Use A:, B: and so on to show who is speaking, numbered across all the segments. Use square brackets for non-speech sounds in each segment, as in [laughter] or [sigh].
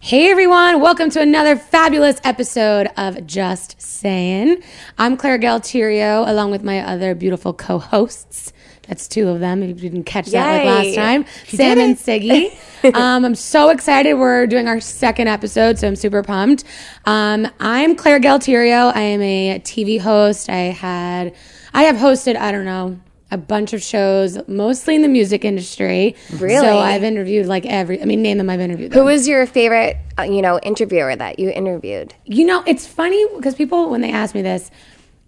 A: Hey everyone, welcome to another fabulous episode of Just Saying. I'm Claire Galterio along with my other beautiful co hosts. That's two of them. If you didn't catch that like last
B: Yay.
A: time, Sam and Siggy.
B: [laughs]
A: um, I'm so excited. We're doing our second episode, so I'm super pumped. Um, I'm Claire Galterio. I am a TV host. I had, I have hosted, I don't know, a bunch of shows, mostly in the music industry.
B: Really?
A: So I've interviewed like every. I mean, name them. I've interviewed. them.
B: Who was your favorite, uh, you know, interviewer that you interviewed?
A: You know, it's funny because people, when they ask me this,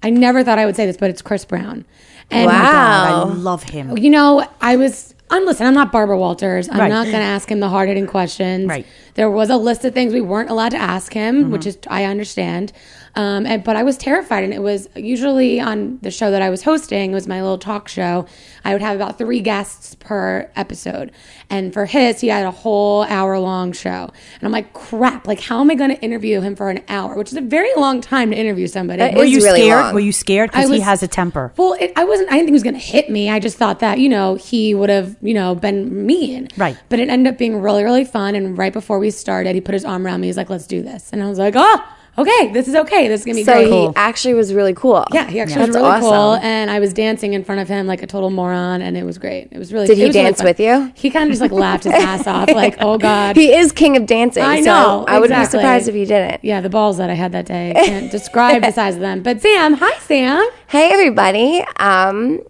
A: I never thought I would say this, but it's Chris Brown. And
B: Wow.
C: I love him.
A: You know, I was. I'm listen. I'm not Barbara Walters. I'm
C: Right.
A: not going to ask him the hard hitting questions.
C: Right. Mm-hmm.
A: There was a list of things we weren't allowed to ask him, which is I understand. Um, and, but I was terrified, and it was usually on the show that I was hosting. It was my little talk show. I would have about three guests per episode, and for his, he had a whole hour long show, and I'm like, crap! Like, how am I going to interview him for an hour? Which is a very long time to interview somebody.
B: That
A: Well,
C: Were
B: is
C: you
B: really
C: scared?
B: long.
C: Were you scared?
A: I
C: Because he
A: was-
C: has a temper.
A: well, it, I wasn't. I didn't think he was going to hit me. I just thought that you know he would have you know been mean.
C: Right.
A: But it ended up being really really fun. And right before we started, he put his arm around me. He's like, "Let's do this," and I was like, "Oh, okay. This is okay. This is gonna be
B: So
A: great."
B: he actually was really cool.
A: yeah, he actually was
B: That's
A: really cool,
B: awesome.
A: and I was dancing in front of him like a total moron, and it was great. It was really.
B: Did
A: it
B: he
A: was really
B: dance
A: fun.
B: with you?
A: He kind of just like laughed his ass
B: [laughs]
A: off, like, "Oh God."
B: He is king of dancing.
A: I
B: so
A: know,
B: I would
A: exactly.
B: be surprised if he didn't.
A: yeah, the balls that I had that day. I can't describe the size of them. But Sam, hi Sam.
B: Hey, everybody. Um,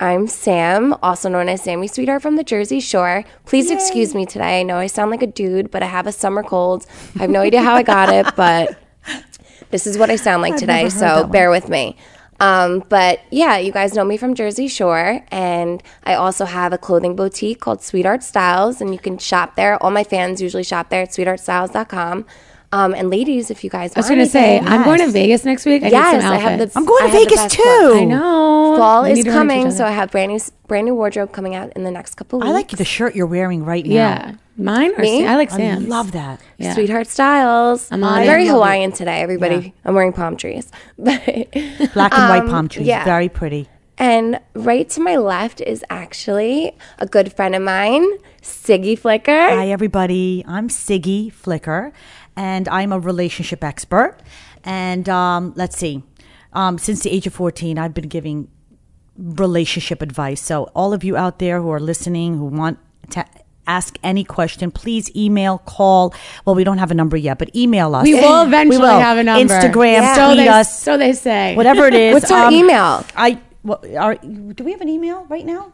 B: I'm Sam, also known as Sammy Sweetheart from the Jersey Shore. Please excuse me today. I know I sound like a dude, but I have a summer cold. I have no idea how I got it, but this is what I sound like today, so bear with me. Um, but yeah, you guys know me from Jersey Shore, and I also have a clothing boutique called Sweetheart Styles, and you can shop there. All my fans usually shop there at sweetheartstyles.com. Um, and ladies, if you guys,
A: I was gonna say I'm going to Vegas next week. I need
B: yes,
A: some
B: I have
A: outfits.
B: the.
C: I'm going
B: I
C: to
B: have the
C: Vegas
B: best
C: too.
B: one.
A: I know.
B: Fall
A: We
B: is
A: need to run into
B: coming,
A: each other.
B: so I have brand new brand new wardrobe coming out in the next couple weeks.
C: I like the shirt you're wearing right now.
A: yeah, mine or
B: Me?
A: Sam? I like
C: I
A: Sam's.
C: love that.
A: yeah.
B: Sweetheart styles. I'm,
A: on it.
B: very
A: I love
B: Hawaiian today, everybody. I'm wearing palm trees. [laughs] But
C: Black and
A: Um,
C: white palm trees.
B: yeah.
C: Very pretty.
B: and right to my left is actually a good friend of mine, Siggy Flicker.
C: Hi, everybody. I'm Siggy Flicker, and I'm a relationship expert. And um, let's see, um, since the age of 14, I've been giving relationship advice. So, all of you out there who are listening, who want to ask any question, please email, call. Well, we don't have a number yet, but email us.
A: We will eventually
C: We will.
A: have a number.
C: Instagram,
B: Yeah.
A: So
C: tweet
A: they,
C: us,
A: so they say.
C: whatever
A: [laughs]
C: it is. Um,
B: What's our email?
C: I. What, are, do we have an email right now?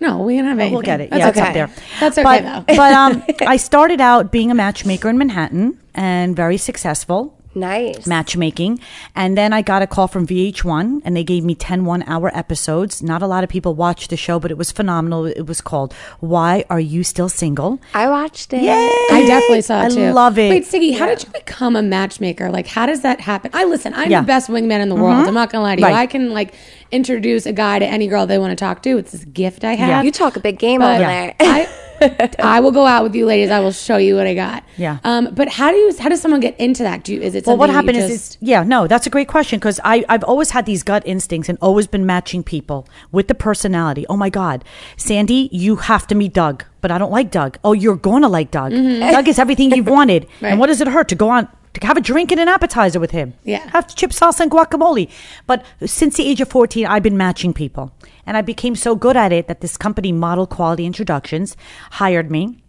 A: No, we don't have anything.
C: We'll get it.
A: That's okay.
C: yeah, it's up there.
A: That's okay
C: but,
A: though.
C: but
A: [laughs]
C: um, I started out being a matchmaker in Manhattan and very successful
B: Nice.
C: matchmaking. And then I got a call from VH1 and they gave me 10 one hour episodes. Not a lot of people watched the show, but it was phenomenal. It was called Why Are You Still Single?
B: I watched it.
A: I
C: [laughs]
A: definitely saw it
C: I
A: too.
C: love it.
A: Wait, Siggy, how did you become a matchmaker? Like, how does that happen? I listen. I'm
C: Yeah. Mm-hmm.
A: the best wingman in the world. I'm not gonna lie to you.
C: Right.
A: I can like introduce a guy to any girl they want to talk to. It's this gift I have.
B: You talk a big game
A: But
B: over there. [laughs]
A: I,
C: [laughs]
A: I will go out with you ladies. I will show you what I got.
C: Yeah.
A: Um, but how do you? How does someone get into that? Do you, is it?
C: Well, what
A: something that you
C: happened is,
A: just-
C: it's, yeah, no, that's a great question because I've always had these gut instincts and always been matching people with the personality. Oh my God, Sandy, you have to meet Doug, but I don't like Doug. Oh, you're going to like Doug. Doug is everything
A: [laughs]
C: you've wanted.
A: Mm-hmm. Right.
C: And what does it hurt to go on? To have a drink and an appetizer with him.
A: Yeah.
C: Have chip salsa and guacamole. But since the age of 14, I've been matching people. And I became so good at it that this company, Model Quality Introductions, hired me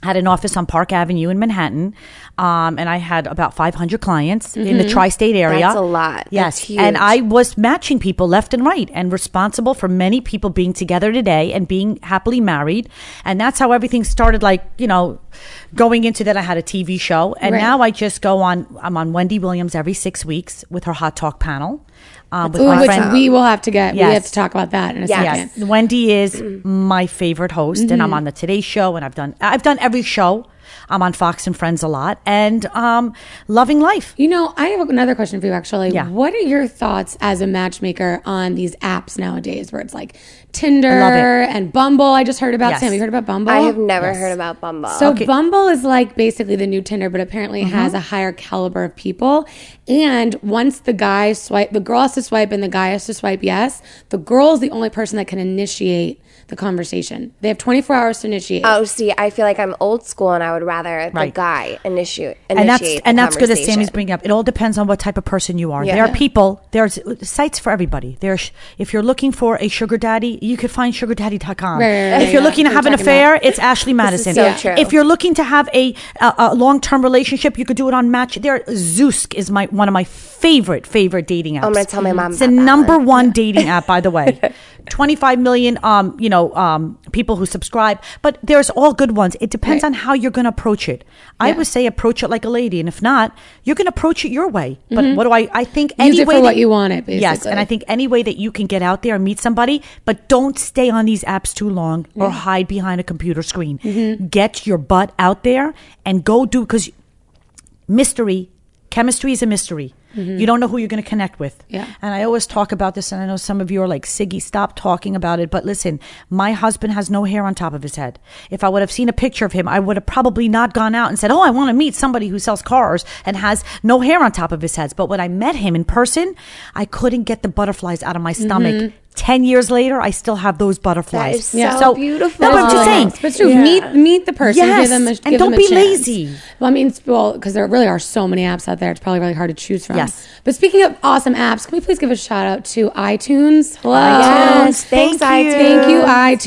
C: had an office on Park Avenue in Manhattan, um, and I had about 500 clients in the tri-state area.
B: Mm-hmm. That's a lot.
C: Yes,
B: That's huge.
C: and I was matching people left and right, and responsible for many people being together today and being happily married, and that's how everything started. Like you know, going into that, I had a TV show, and
A: Right.
C: now I just go on. I'm on Wendy Williams every six weeks with her hot talk panel. Um, with
A: Ooh,
C: my
A: which
C: friend
A: we will have to get. We
C: Yes.
A: have to talk about that in a
B: Yes.
A: second.
C: Yes. Wendy is my favorite host, and
A: Mm-hmm.
C: I'm on the Today Show, and I've done I've done every show. I'm on Fox and Friends a lot, and um, loving life.
A: You know, I have another question for you actually.
C: Yeah.
A: What are your thoughts as a matchmaker on these apps nowadays where it's like Tinder
C: I love it.
A: and Bumble? I just heard about
C: Yes.
A: Sam. You heard about Bumble?
B: I have never heard about Bumble.
A: So Bumble is like basically the new Tinder, but apparently
C: Mm-hmm.
A: has a higher caliber of people. And once the guy swipe, the girl has to swipe, and the guy has to swipe yes. The girl is the only person that can initiate the conversation. They have 24 hours to initiate.
B: oh, see, I feel like I'm old school and I would would rather the
C: Right.
B: guy initiate, initiate
C: and that's
B: the
C: and that's good that
B: conversation.
C: Sammy's bringing up. It all depends on what type of person you are.
B: Yeah.
C: There
B: Yeah.
C: are people. There's sites for everybody. There's if you're looking for a sugar daddy, you could find sugardaddy.com.
A: Right, right, right,
C: if you're
A: yeah.
C: looking to
A: We're
C: have an
A: talking
C: affair, it's Ashley Madison.
B: so Yeah. true.
C: If you're looking to have a, a, a long-term relationship, you could do it on Match. There, Zeusk is my one of my favorite favorite dating apps.
B: I'm gonna tell my mom
C: Mm-hmm. It's the
B: about that
C: number one dating app, by the way. 25 million, um, you know, um, people who subscribe. But there's all good ones. It depends
A: Right.
C: on how you're going to approach it. I would say approach it like a lady, and if not, you're going to approach it your way. But what do I? I think any
A: it
C: way
A: for
C: that,
A: what you want it,
C: Yes, and
A: basically.
C: I think any way that you can get out there and meet somebody, but don't stay on these apps too long or hide behind a computer screen. Get your butt out there and go do because mystery chemistry is a mystery
B: Mm-hmm.
C: you don't know who you're going to connect with
A: Yeah.
C: and i always talk about this and i know some of you are like siggy stop talking about it but listen my husband has no hair on top of his head if i would have seen a picture of him i would have probably not gone out and said oh i want to meet somebody who sells cars and has no hair on top of his head but when i met him in person i couldn't get the butterflies out of my stomach 10 years later i still have those butterflies
B: Mm-hmm. is so beautiful.
C: no, but i'm
B: That's
C: just
B: all.
C: saying
A: But true, meet meet the person.
C: Yes,
A: give them a,
C: and
A: give them
C: don't
A: a
C: be
A: chance.
C: lazy.
A: Well, I mean, it's- well, because there really are so many apps out there, it's probably really hard to choose from.
C: Yes.
A: But speaking of awesome apps, can we please give a shout out to iTunes? Hello.
B: Yes, thanks,
C: Thank you.
B: iTunes.
A: Thank you,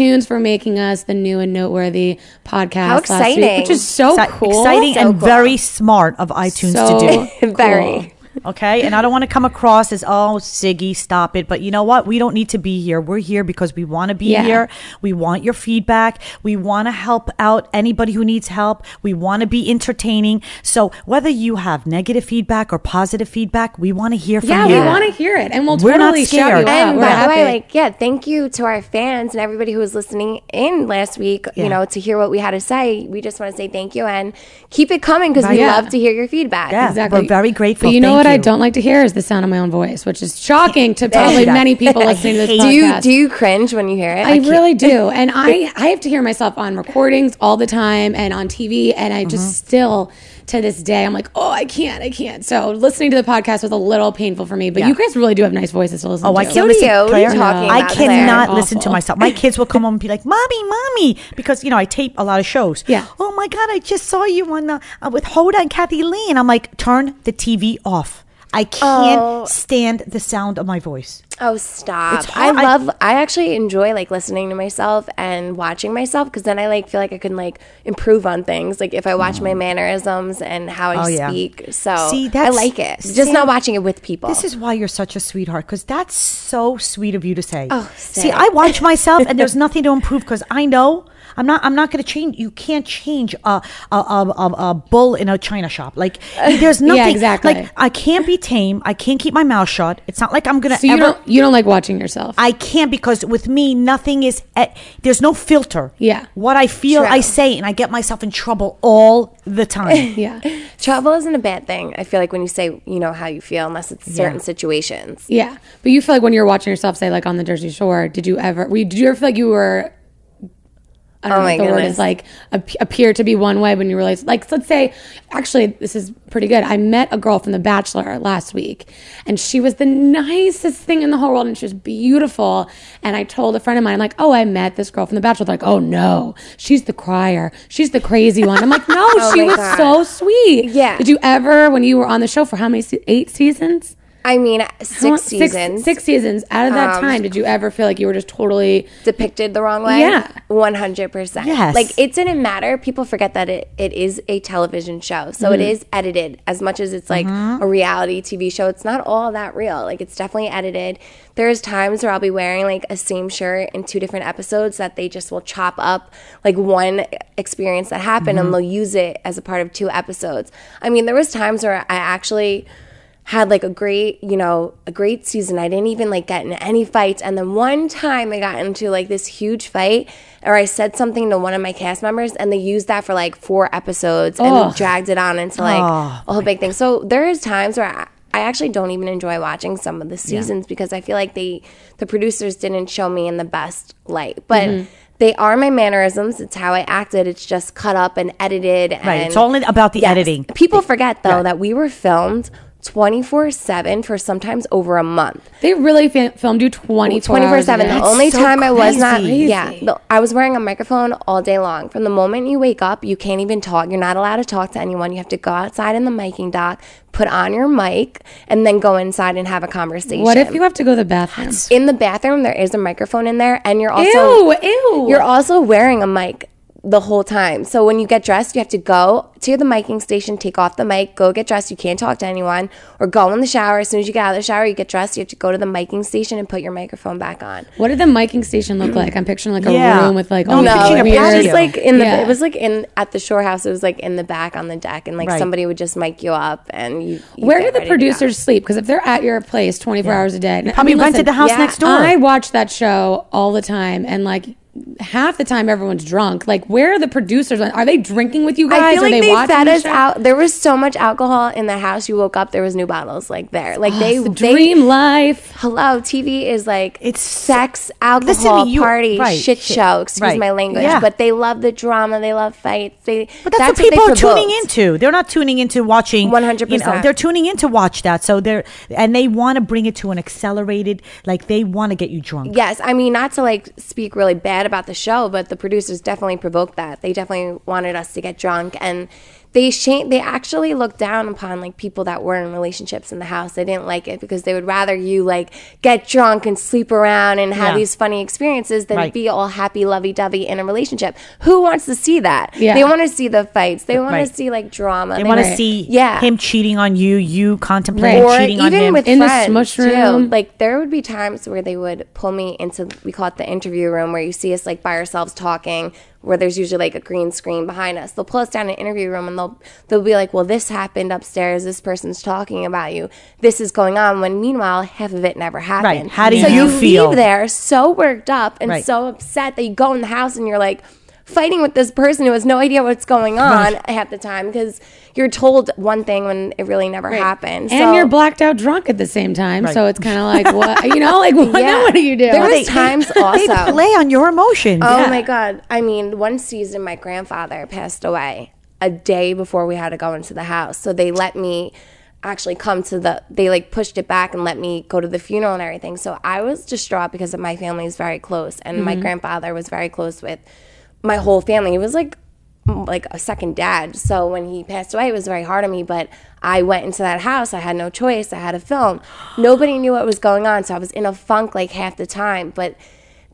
A: iTunes, for making us the new and noteworthy podcast.
B: How
A: Last
B: exciting.
A: week, which is so
C: Exci-
A: cool,
C: exciting
B: So
C: and
B: cool.
C: very smart of iTunes
A: so
C: to do.
A: [laughs] cool.
B: Very.
C: Okay. And I don't want to come across as, oh, Siggy, stop it. But you know what? We don't need to be here. We're here because we want to be
A: Yeah.
C: here. We want your feedback. We want to help out anybody who needs help. We want to be entertaining. So whether you have negative feedback or positive feedback, we want to hear from
A: Yeah,
C: you.
A: we want to hear it, and we'll
C: We're not
A: totally shout
C: scared.
A: you out.
B: And
A: We're
B: by the way,
A: happy.
B: like, yeah, thank you to our fans and everybody who was listening in last week, you
C: Yeah.
B: know, to hear what we had to say. We just want to say thank you and keep it coming because we
A: Right.
B: love to hear your feedback.
C: Yeah. We're very grateful.
A: But you know
C: Thank
A: what I
C: you.
A: don't like to hear is the sound of my own voice, which is shocking to probably
C: that. [laughs]
A: many people
C: I
A: listening to this
C: hate
A: podcast.
B: Do you do you cringe when you hear it?
A: I really
C: [laughs]
A: do. And I, I have to hear myself on recordings all the time and on TV. And I
C: Mm-hmm.
A: just still, to this day, I'm like, oh, I can't, I can't. So listening to the podcast was a little painful for me. But you guys really do have nice voices to listen
C: Oh,
A: to.
C: I can't
B: do
C: listen.
B: you- what are
C: Claire,
B: you talking
C: I
B: about,
C: cannot
A: Claire?
C: listen to
A: Awful.
C: myself. My kids will come home and be like, "Mommy, mommy," because you know I tape a lot of shows.
A: Yeah.
C: Oh my God, I just saw you on the uh, with Hoda and Kathy Lee, and I'm like, turn the TV off. I can't
B: Oh.
C: stand the sound of my voice.
B: Oh, stop.
C: It's
B: I
C: hard- I-
B: love, I, actually enjoy like listening to myself and watching myself because then I like feel like I can like improve on things. Like if I watch my mannerisms and how I
C: Mm. Oh, yeah.
B: speak. So
C: See,
B: I
C: that's-
B: like it. Just
C: Sam,
B: not watching it with people.
C: This is why you're such a sweetheart because that's so sweet of you to say.
B: Oh,
C: see,
B: Sam.
C: I watch myself
A: [laughs]
C: and there's nothing to improve because I know I'm not. I'm not going to change. You can't change a a, a, a a bull in a china shop.
A: [laughs]
C: Like there's nothing.
A: exactly.
C: Like I can't be tame. I can't keep my mouth shut. It's not like I'm going to
A: So you
C: ever.
A: don't, you don't like watching yourself.
C: I can't because with me, nothing is. At, there's no filter.
A: Yeah.
C: What I feel,
B: True.
C: I say, and I get myself in trouble all the time.
A: [laughs] yeah.
B: Trouble isn't a bad thing. I feel like when you say, you know, how you feel, unless it's certain situations.
A: Yeah. But you feel like when you're watching yourself, say, like on the Jersey Shore, did you ever, were you, did you ever feel like you were, I don't
B: Oh
A: know what
B: my
A: the word
B: goodness.
A: is, like ap- appear to be one way when you realize, like, let's say, actually, this is pretty good. I met a girl from The Bachelor last week, and she was the nicest thing in the whole world, and she was beautiful. And I told a friend of mine, like, oh, I met this girl from The Bachelor. They're like, oh no, she's the crier, she's the crazy one. I'm like,
B: [laughs]
A: no, she
B: Oh my
A: was
B: God.
A: so sweet.
B: Yeah.
A: Did you ever, when you were on the show for how many, se- eight seasons?
B: I mean, six
A: How long- [laughs]
B: seasons.
A: Six seasons. Out of that
B: Um,
A: time, did you ever feel like you were just totally?
B: depicted the wrong way.
A: Yeah.
B: 100%.
C: Yes.
B: Like it didn't matter. People forget that it, it is a television show. So it is edited as much as it's like a reality TV show. It's not all that real. Like it's definitely edited. There's times where I'll be wearing like a same shirt in two different episodes that they just will chop up like one experience that happened and they'll use it as a part of two episodes. I mean, there was times where I actually had like a great, you know, a great season. I didn't even like get into any fights. And then one time I got into like this huge fight or I said something to one of my cast members and they used that for like four episodes and dragged it on into like a whole big thing. So there is times where I, I actually don't even enjoy watching some of the seasons because I feel like they the producers didn't show me in the best light. But
C: Mm-hmm.
B: they are my mannerisms. It's how I acted. It's just cut up and edited
C: Right.
B: and
C: it's all about the
B: Yes.
C: editing.
B: People forget though that we were filmed 24 7 for sometimes over a month.
A: They really fi- filmed you 24
B: 24
A: hours a
B: 7.
A: day.
B: The only
C: so
B: time I was not,
C: crazy.
B: yeah, the- I was wearing a microphone all day long. From the moment you wake up, you can't even talk. You're not allowed to talk to anyone. You have to go outside in the micing dock, put on your mic, and then go inside and have a conversation.
A: What if you have to go to the bathroom?
B: in the bathroom there is a microphone in there, and you're also
A: ew, ew.
B: you're also wearing a mic the whole time. So when you get dressed, you have to go to the miking station, take off the mic, go get dressed. You can't talk to anyone, or go in the shower. As soon as you get out of the shower, you get dressed. You have to go to the miking station and put your microphone back on.
A: what did the miking station look like? I'm picturing like a
C: Yeah.
A: room with like
C: No,
A: all
C: I'm
A: these
B: No,
C: picturing a
A: weird-
B: it was
C: patio.
B: just like in the.
A: Yeah.
B: It was like in at the shore house. It was like in the back on the deck, and like
C: Right.
B: somebody would just mic you up, and you. you
A: Where
B: get
A: do the
B: ready to go.
A: producers sleep? Because if they're at your place 24 hours a day, I mean,
C: Probably
A: listen,
C: rented the house
B: yeah,
C: next door.
A: I watch that show all the time, and like half the time everyone's drunk. Like, where are the producers? Are they drinking with you guys?
B: I feel
A: are
B: like they,
A: watching
B: fed
A: the
B: us
A: show?
B: out. There was so much alcohol in the house. You woke up, there was new bottles like there.
C: Oh,
B: Like they,
A: It's the
B: they-
A: dream life.
B: hello, TV is like
C: It's-
B: it's sex,
C: Listen to
B: alcohol,
C: me, you-
B: party,
C: right,
B: shit,
C: shit.
B: show. Excuse
C: Right.
B: my language,
C: Yeah.
B: but they love the drama. They love fights. They
C: But that's,
B: they
C: what people are tuning
B: provoked.
C: into. They're not tuning into watching.
B: 100%.
C: You know, they're tuning in to watch that. So they're and they want to bring it to an accelerated. Like they want to get you drunk.
B: Yes, I mean not to like speak really bad about the show, but the producers definitely provoked that. They definitely wanted us to get drunk, and they shame. They actually looked down upon like people that were in relationships in the house. They didn't like it because they would rather you like get drunk and sleep around and have
C: Yeah.
B: these funny experiences than
C: Right.
B: be all happy, lovey dovey in a relationship. Who wants to see that?
A: Yeah.
B: They want to see the fights. They want
C: Right.
B: to see like drama.
C: They want
A: Right.
C: to see
B: Yeah.
C: him cheating on you, you contemplating
A: Right.
B: or
C: cheating on
B: even
C: him.
B: with
A: In the
B: friends
A: smush
B: too.
A: room.
B: Like there would be times where they would pull me into we call it the interview room where you see us like by ourselves talking where there's usually like a green screen behind us. They'll pull us down in an interview room and they'll they'll be like, "Well, this happened upstairs. This person's talking about you. This is going on." When meanwhile, half of it never happened.
C: How do
B: so
C: you feel?
B: leave there so worked up and
C: Right.
B: so upset that you go in the house and you're like fighting with this person who has no idea what's
C: [laughs]
B: going on at the time because you're told one thing when it really never happened.
A: And
B: So-
A: you're blacked out drunk at the same time, so
C: Right.
A: it's kind of like
C: [laughs]
A: what you know, like [laughs] what,
B: Yeah.
A: now what do you do?
B: There
A: [laughs]
B: was
A: They-
B: times
C: They
B: also.
C: play on your emotions.
B: oh
C: Yeah.
B: my god! I mean, one season my grandfather passed away a day before we had to go into the house, so they let me actually come to the. They like pushed it back and let me go to the funeral and everything. So I was distraught because my family is very close, and my grandfather was very close with my whole family. He was like like a second dad. So when he passed away, it was very hard on me. But I went into that house. I had no choice. I had to film. Nobody knew what was going on, so I was in a funk like half the time. But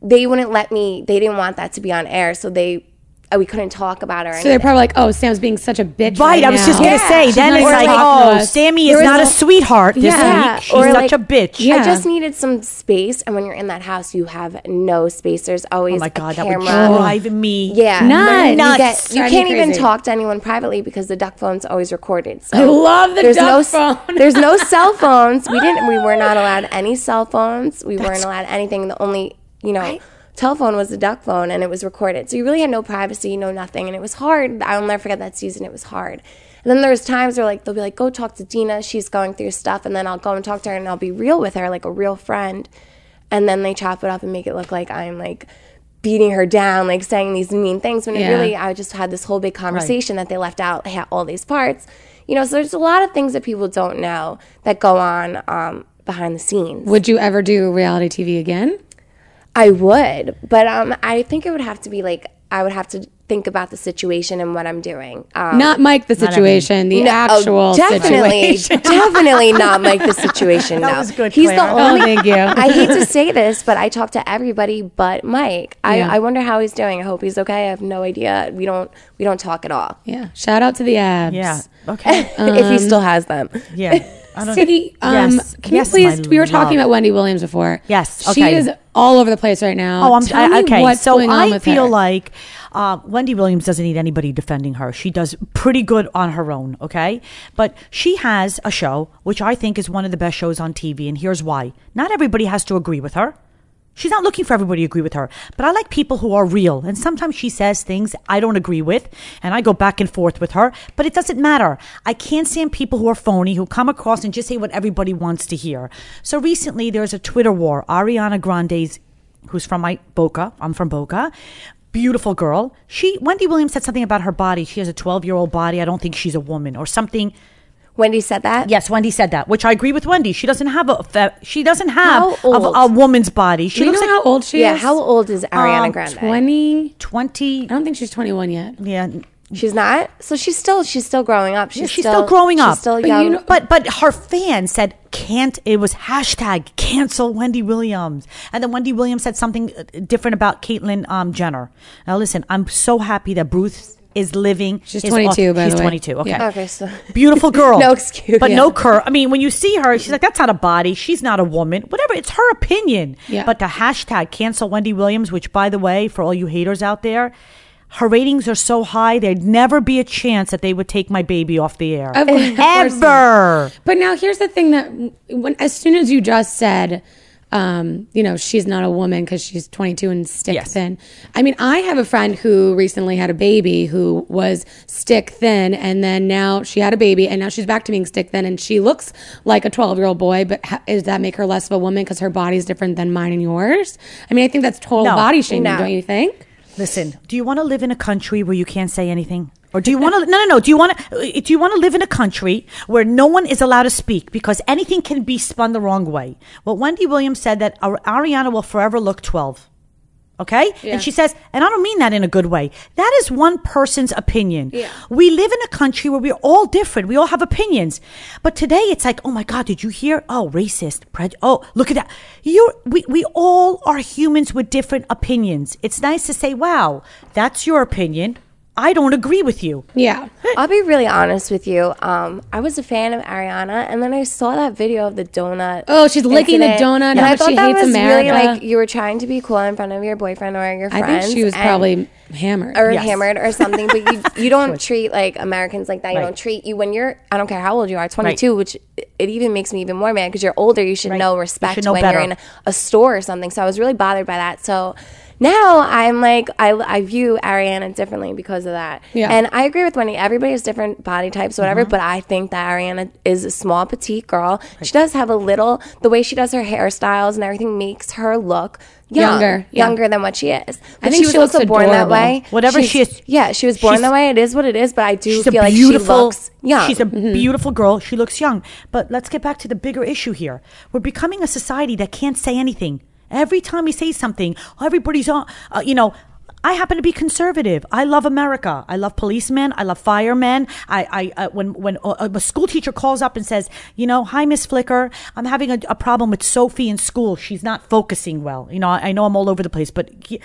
B: they wouldn't let me. They didn't want that to be on air, so they uh, we couldn't talk about it. Or
A: So they're probably like, oh, Sam's being such a bitch.
C: Right, I was just gonna
B: Yeah.
C: say.
B: She's
C: Then
A: not
C: it's
A: even
C: like,
A: talking to
C: oh,
A: us.
C: Sammy is
B: There was
C: not a
B: no-
C: sweetheart this
A: Yeah.
C: week. She's
B: or,
C: such
B: like,
C: a bitch.
A: Yeah.
B: I just needed some space, and when you're in that house, you have no space. There's always
C: Oh my
B: a
C: god, that would
B: camera.
C: drive me.
B: Yeah,
A: Nuts.
B: You, get-
C: Nuts.
B: you
A: Drive me
B: can't even
A: crazy.
B: talk to anyone privately because the duck phone's always recorded. So
A: I love the
B: there's
A: duck
B: no
A: phone.
B: there's no cell phones. We didn't. We were not allowed any cell phones. We weren't allowed anything. The only you know. Telephone was the duck phone and it was recorded. So you really had no privacy, no nothing. And it was hard. I'll never forget that season. It was hard. And then there was times where like they'll be like, go talk to Dina. She's going through stuff. And then I'll go and talk to her and I'll be real with her, like a real friend and then they chop it up and make it look like I'm like beating her down, like saying these mean things. When
A: Yeah.
B: it really, I just had this whole big conversation that they left out ha- all these parts. You know, so there's a lot of things that people don't know that go on um, behind the scenes.
A: Would you ever do reality TV again?
B: I would, but um, I think it would have to be like I would have to think about the situation and what I'm doing. Um,
A: Not Mike the situation, the
B: oh,
A: actual
C: [laughs]
B: definitely,
A: situation.
B: definitely not like the situation.
C: That
B: no,
C: was good,
B: He's
C: Claire.
B: the
A: Oh,
B: only.
A: thank you.
B: I hate to say this, but I talk to everybody but Mike. I,
A: Yeah.
B: I wonder how he's doing. I hope he's okay. I have no idea. We don't we don't talk at all.
A: [laughs]
B: [laughs]
A: Yeah. Shout out to the abs.
C: Yeah. Okay.
B: if he still has them.
C: Yeah.
A: [laughs]
C: I don't.
A: City, um,
C: Yes.
A: can
C: Yes,
A: you please?
C: my
A: We were talking
C: love.
A: about Wendy Williams before.
C: Yes,
A: she
C: okay.
A: is all over the place right now.
C: Oh, I'm
A: Tell
C: I,
A: me
C: okay.
A: What's
C: so
A: going on
C: I
A: with
C: feel
A: her.
C: like uh, Wendy Williams doesn't need anybody defending her. She does pretty good on her own. Okay, but she has a show which I think is one of the best shows on TV, and here's why: not everybody has to agree with her. She's not looking for everybody to agree with her, but I like people who are real. And sometimes she says things I don't agree with, and I go back and forth with her, but it doesn't matter. I can't stand people who are phony, who come across and just say what everybody wants to hear. So recently, there's a Twitter war. Ariana Grande's who's from my Boca. I'm from Boca. Beautiful girl. She Wendy Williams said something about her body. She has a 12 year old body. I don't think she's a woman or something.
B: Wendy said that.
C: Yes, Wendy said that, which I agree with Wendy. She doesn't have a fe- she doesn't have
B: How
C: a,
B: old?
C: a woman's body. She
A: Do you know
C: looks like
A: how old she
B: yeah.
A: is?
B: How old
A: Um,
B: is Ariana Grande?
A: 20.
C: twenty.
A: I don't think she's 21
C: [laughs]
A: yet.
C: Yeah,
B: She's not. So she's still she's still growing up. She's,
C: she's still, growing up.
B: She's still
C: but
B: young.
C: You know, but but her fan said can't. It was hashtag cancel Wendy Williams, and then Wendy Williams said something uh, different about Caitlyn um, Jenner. Now listen, I'm so happy that Bruce is living.
A: She's
C: his
A: 22, by
C: she's
A: the way.
C: 22. Okay.
A: Yeah.
B: [laughs] okay, so [laughs]
C: Beautiful girl.
B: No excuse.
C: But
B: Yeah.
C: no curve. I mean, when you see her, she's like, that's not a body. She's not a woman. Whatever. It's her opinion.
A: Yeah.
C: But the hashtag cancel Wendy Williams, which, by the way, for all you haters out there, her ratings are so high, there'd never be a chance that they would take my baby off the air.
A: Of- of course
C: Ever.
A: But now here's the thing that when as soon as you just said, um, you know, she's not a woman because she's 22 and stick
C: Yes.
A: thin. I mean, I have a friend who recently had a baby who was stick thin, and then now she had a baby, and now she's back to being stick thin, and she looks like a 12 year old boy. But ha- does that make her less of a woman because her body's different than mine and yours? I mean, I think that's total
C: No.
A: body shaming,
B: No.
A: don't you think?
C: Listen, do you want to live in a country where you can't say anything? Or do you want to? No, no, no. Do you want to? Do you want to live in a country where no one is allowed to speak because anything can be spun the wrong way? Well, Wendy Williams said that Ar- Ariana will forever look twelve. Okay, and she says, and I don't mean that in a good way. That is one person's opinion.
A: Yeah.
C: We live in a country where we're all different. We all have opinions, but today it's like, oh my God, did you hear? Oh, racist, pred. Oh, look at that. You, we, we all are humans with different opinions. It's nice to say, wow, that's your opinion. I don't agree with you.
A: Yeah.
B: I'll be really honest with you. Um, I was a fan of Ariana, and then I saw that video of the donut.
A: Oh, she's licking the donut,
B: and
A: how
B: I
A: much
B: thought
A: she
B: that
A: hates
B: was
A: America.
B: really like you were trying to be cool in front of your boyfriend or your
A: I
B: friends.
A: think she was
B: and-
A: probably hammered.
B: or
C: Yes.
B: hammered or something. But you you don't treat like Americans like that. You don't treat you when you're I don't care how old you are, 22, which it even makes me even more mad because you're older. You should know
C: You
B: respect
C: should know
B: when
C: better.
B: you're in a store or something. So I was really bothered by that. So. Now I'm like I, I view Ariana differently because of that,
A: Yeah.
B: and I agree with Wendy. Everybody has different body types, whatever. But I think that Ariana is a small petite girl. She does have a little. The way she does her hairstyles and everything makes her look young,
A: Younger,
B: younger,
A: yeah.
B: than what she is. But
A: think she
B: was also
A: looks
B: born that
A: adorable.
B: way.
C: Whatever she is-
B: yeah, she was born
C: she's-
B: that way. It is what it is. But I do feel like she looks young. Mm-hmm.
C: She's a beautiful girl. She looks young. But let's get back to the bigger issue here. We're becoming a society that can't say anything. Every time we say something, everybody's on. Uh, you know, I happen to be conservative. I love America. I love policemen. I love firemen. I, I uh, when when uh, a school teacher calls up and says, you know, hi Miss Flicker, I'm having a, a problem with Sophie in school. She's not focusing well. You know, I, I know I'm all over the place, but. he-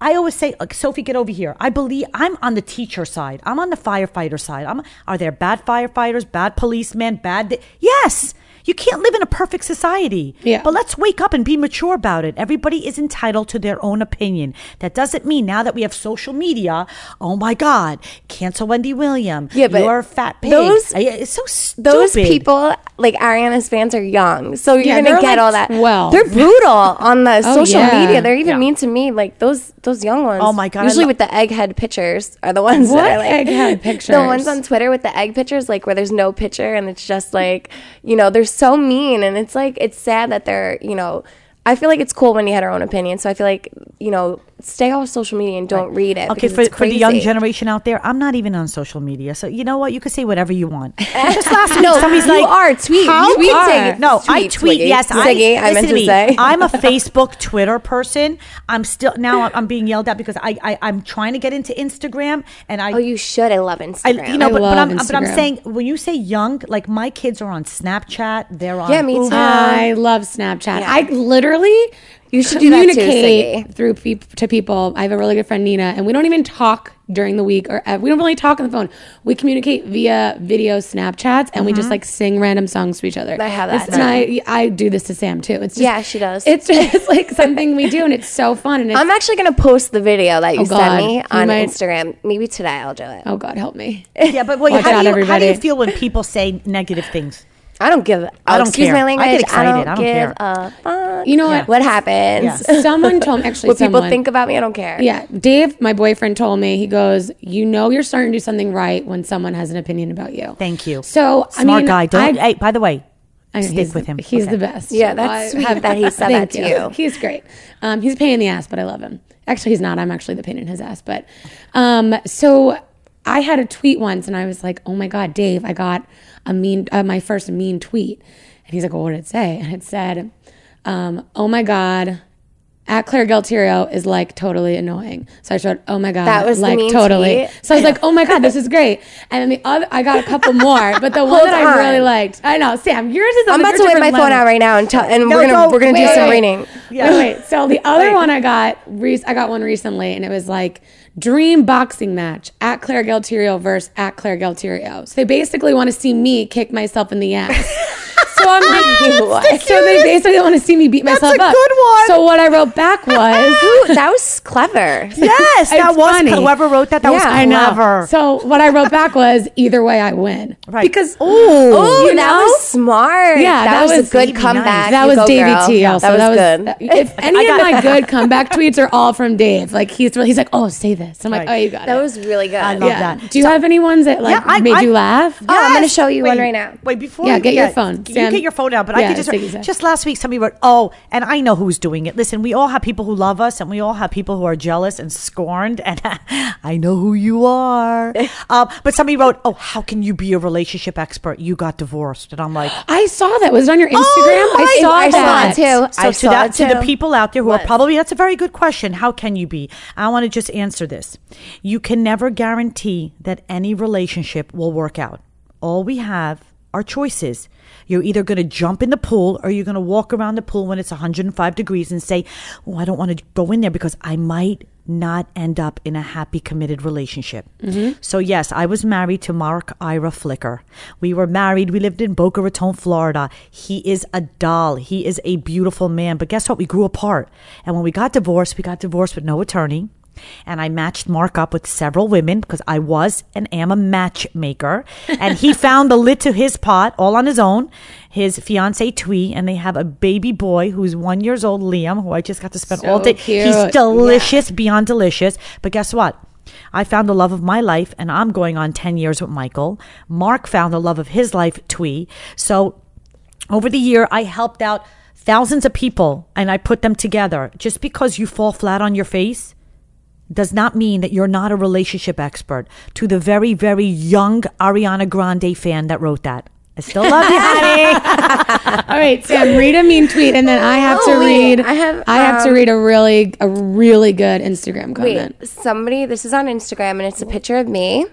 C: I always say, like, Sophie, get over here. I believe I'm on the teacher side. I'm on the firefighter side. I'm, are there bad firefighters, bad policemen, bad? thi- yes. You can't live in a perfect society.
A: Yeah.
C: But let's wake up and be mature about it. Everybody is entitled to their own opinion. That doesn't mean now that we have social media, oh my God, cancel Wendy Williams.
B: Yeah, but
C: you're a fat pig.
B: those-
C: I- it's so stupid.
B: those people, like Ariana's fans, are young, so you're
A: Yeah,
B: gonna
A: they're like
B: get all that.
A: 12.
B: they're brutal on the
A: Oh,
B: social
A: yeah.
B: media. They're even
C: Yeah.
B: mean to me. Like those those young ones.
C: Oh, my God, I
B: Usually
C: lo-
B: with the egghead pictures are the ones
A: What
B: that I like
A: egghead
B: [laughs] The ones
A: pictures?
B: on Twitter with the egg pictures, like where there's no picture and it's just like you know they're so mean and it's like it's sad that they're you know. I feel like it's cool when you had her own opinion. So I feel like, you know, stay off social media and don't read it.
C: Okay,
B: because
C: for,
B: it's
C: for the young
B: crazy.
C: generation out there, I'm not even on social media. So you know what? You could say whatever
B: [laughs]
C: you want. Just last week,
B: No,
C: somebody's
B: you
C: like,
B: are. Tweet.
C: How
B: You tweet,
C: are-
B: Siggy.
C: No, I
B: Tweet,
C: tweet.
B: Swiggy.
C: Yes,
B: Swiggy, I
C: I,
B: meant
C: listen
B: to
C: me.
B: say.
C: [laughs]
B: [laughs]
C: I'm a Facebook, Twitter person. I'm still now. I'm- I'm being yelled at because I, I I'm trying to get into Instagram and I.
B: Oh, you should. I love Instagram.
C: I, you know, but,
A: love
C: but, I'm, but I'm
A: Instagram.
C: saying when you say young, like my kids are on Snapchat, they're on
B: Yeah, me too.
C: Uber.
A: I love Snapchat. I literally you
B: should do that too, Siggy.
A: through peop to people. I have a really good friend Nina, and we don't even talk during the week or ev- we don't really talk on the phone. We communicate via video Snapchats, and we just like sing random songs to each other.
B: Mm-hmm. I have that
A: It's- and I I do this to Sam too. It's just,
B: Yeah, she
A: [laughs]
B: does.
A: It's just like something we do, and it's so fun. And it's,
B: I'm actually going to post the video
C: Oh,
B: that you
A: God.
B: sent me
A: You
B: on
A: might-
B: Instagram. Maybe today I'll do it.
A: oh God, help
B: [laughs]
A: me.
C: Yeah, but well,
A: Watch
C: how,
A: out,
C: do you, how do you
A: everybody.
C: feel when people say negative things?
B: I don't give.
C: I don't
B: excuse
C: care.
B: my language.
C: I get excited.
B: don't,
C: I don't
B: give
C: care.
B: a fuck.
A: You know what?
B: [laughs] What happens?
A: Someone told me actually.
B: What people
A: someone-
B: think about me? I don't care.
A: Yeah, Dave, my boyfriend told me he goes, "You know, you're starting to do something right when someone has an opinion about you."
C: Thank you.
A: So I
C: Smart
A: mean,
C: guy. Don't.
A: I-
C: hey, by
B: [laughs]
C: the way,
A: I mean,
C: stick
A: he's-
C: with him.
A: He's
C: Okay.
A: the best.
B: Yeah, that's
A: I
B: sweet that he [laughs] said
A: thank
B: that to you.
A: He's great. Um, he's a pain in the ass, but I love him. Actually, he's not. I'm actually the pain in his ass. But um, so I had a tweet once and I was like, oh my God, Dave, I got a mean, uh, my first mean tweet. And he's like, well, what did it say? And it said, um, oh my God, at Claire Galterio is like totally annoying. So I showed, oh my God,
B: That was the
A: like
B: mean
A: totally.
B: tweet?
A: So I was like, oh my God, this is
B: [laughs]
A: great. And then the other, I got a couple more, but the one
B: Hold
A: that I
B: on.
A: really liked, I know, Sam, yours is
B: I'm about to whip my phone out right now and tell, and we're
C: No,
B: gonna
C: no,
B: we're gonna do
C: wait,
B: some
C: wait.
B: reading.
C: Yeah.
A: Wait, wait. So the other one I got, re- I got one recently, and it was like dream boxing match at Claire Galterio versus at Claire Galterio. So they basically want to see me kick myself in the
B: [laughs]
A: ass. So I'm like, so they basically want to see me beat myself
C: a
A: up.
C: good one.
A: So what I wrote back
B: [laughs]
A: was.
B: Ooh, that was clever.
C: Yes, that
A: It's
C: was
A: funny.
C: whoever wrote that. That was
B: Yeah, I
A: No.
C: clever.
A: So what I wrote back was either way I win.
C: Right.
A: Because
B: Oh,
A: You
B: that
A: know?
B: was smart.
A: Yeah,
B: that,
A: that
B: was,
A: was
B: a good
C: Davey,
B: comeback.
C: nice.
A: That
B: You
A: was
B: go,
A: Davey
B: girl.
A: T. Also,
B: that was, good.
A: [laughs] If
B: [laughs]
A: any
C: I
A: of
C: got
A: my good comeback tweets are all from Dave, like he's really, he's like, oh, say this. I'm like,
C: Right.
A: oh, you got
B: That
A: it.
B: was really good.
A: Um,
C: I love that.
A: Do you have any ones that like
C: Yeah, I-
A: made
C: I-
A: you laugh?
B: Oh, I'm gonna show you one right now.
C: Wait, before
A: Yeah,
C: you-
A: get your phone,
C: You
A: Sam.
C: get your phone out, but I
A: Yeah,
C: could
A: take a sec.
C: just just last week somebody wrote, "Oh," and I know who's doing it. Listen, we all have people who love us, and we all have people who are jealous and scorned, and [laughs] I know who you are. um, but somebody wrote, "Oh, how can you be a relationship expert? You got divorced," and I'm like.
A: I saw that. Was it on your Instagram? I
B: Oh, I-
A: saw
B: I saw
A: that.
B: it too.
C: So
B: I
C: to
B: saw
C: that,
B: it
C: to the
B: too.
C: people out there who
B: What?
C: are probably that's a very good question. How can you be? I want to just answer this. You can never guarantee that any relationship will work out. All we have are choices. You're either going to jump in the pool or you're going to walk around the pool when it's 105 degrees and say, "Oh, I don't want to go in there because I might not end up in a happy committed relationship." So yes, I was married to Mark Ira Flicker. We were married. We lived in Boca Raton, Florida. He is a doll. He is a beautiful man. But guess what? We grew apart. And when we got divorced, we got divorced with no attorney. And I matched Mark up with several women because I was and am
A: [laughs]
C: a matchmaker. And he found the lid to his pot all on his own. His fiance Twee, and they have a baby boy who's one years old, Liam, who I just got to spend all
A: So
C: day. He's
A: cute.
C: delicious, beyond delicious. But guess what? I found the love of my life, and I'm going on 10 years with Michael. Mark found the love of his life, Twee. So over the year, I helped out thousands of people and I put them together. Just because you fall flat on your face does not mean that you're not a relationship expert. To the very, very young Ariana Grande fan that wrote that. I still love you,
A: [laughs]
C: honey.
A: All right, Sam, read a mean tweet, and then I have to
B: Oh, wait.
A: read.
B: I have,
A: I have to
B: um,
A: read a really, a really good Instagram comment.
B: Wait, somebody. This is on Instagram, and it's a picture of me,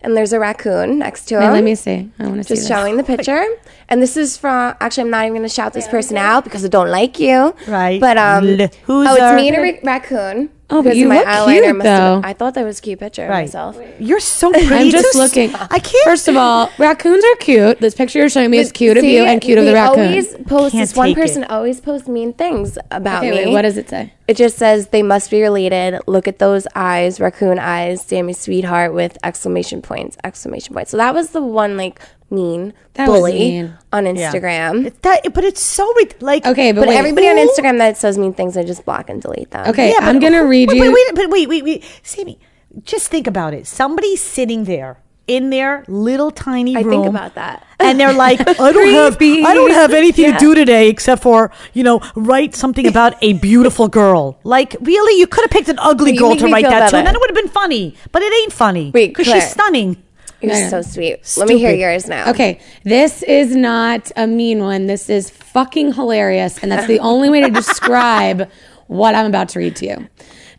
B: and there's a raccoon next to him.
A: Wait, let me see. I want to see.
B: Just
A: this.
B: showing the picture, and this is from. Actually, I'm not even gonna shout this person out because I don't like you.
C: Right.
B: But um.
C: L-
B: oh,
C: hooser.
B: it's me and a ra- raccoon.
A: Oh, but
B: because
A: you
B: my
A: look
B: eyeliner
A: cute,
B: must have-
A: though.
B: I thought that was a cute picture of
C: Right.
B: myself.
C: You're so pretty.
A: I'm just
C: Too s-
A: looking.
C: I can't.
A: First of all, raccoons are cute. This picture you're showing me is cute of
B: See,
A: you and cute of the
B: we
A: raccoon.
B: Always post
C: Can't
B: this one
C: take it.
B: person always posts mean things about
A: okay,
B: me.
A: wait, what does it say?
B: It just says they must be related. Look at those eyes, raccoon eyes, Sammy sweetheart with exclamation points, exclamation points. So that was the one like mean
A: That was
B: bully
A: mean.
B: on Instagram.
C: It's that, but it's so re- like
A: Okay, but,
B: But
A: wait.
B: everybody on Instagram that says mean things, I just block and delete them.
A: Okay,
C: Yeah, but
A: I'm gonna
C: who-
A: read
C: wait,
A: you.
C: Wait, wait, but wait, wait, wait. Sammy, just think about it. Somebody's sitting there in their little tiny
B: I
C: room.
B: think about that.
C: And they're like, I don't have,
A: Creepy.
C: I don't have anything to do today except for you know write something about a beautiful girl. Like, really, you could have picked an ugly
B: You
C: girl
B: make
C: to
B: me
C: write
B: feel
C: that to,
B: better.
C: and then it would have been funny. But it ain't funny
B: Wait,
C: because
B: Claire.
C: she's stunning.
B: You're
A: Yeah.
B: so sweet. Let me hear
C: Stupid.
B: yours now.
A: Okay, this is not a mean one. This is fucking hilarious, and that's the only
C: [laughs]
A: way to describe what I'm about to read to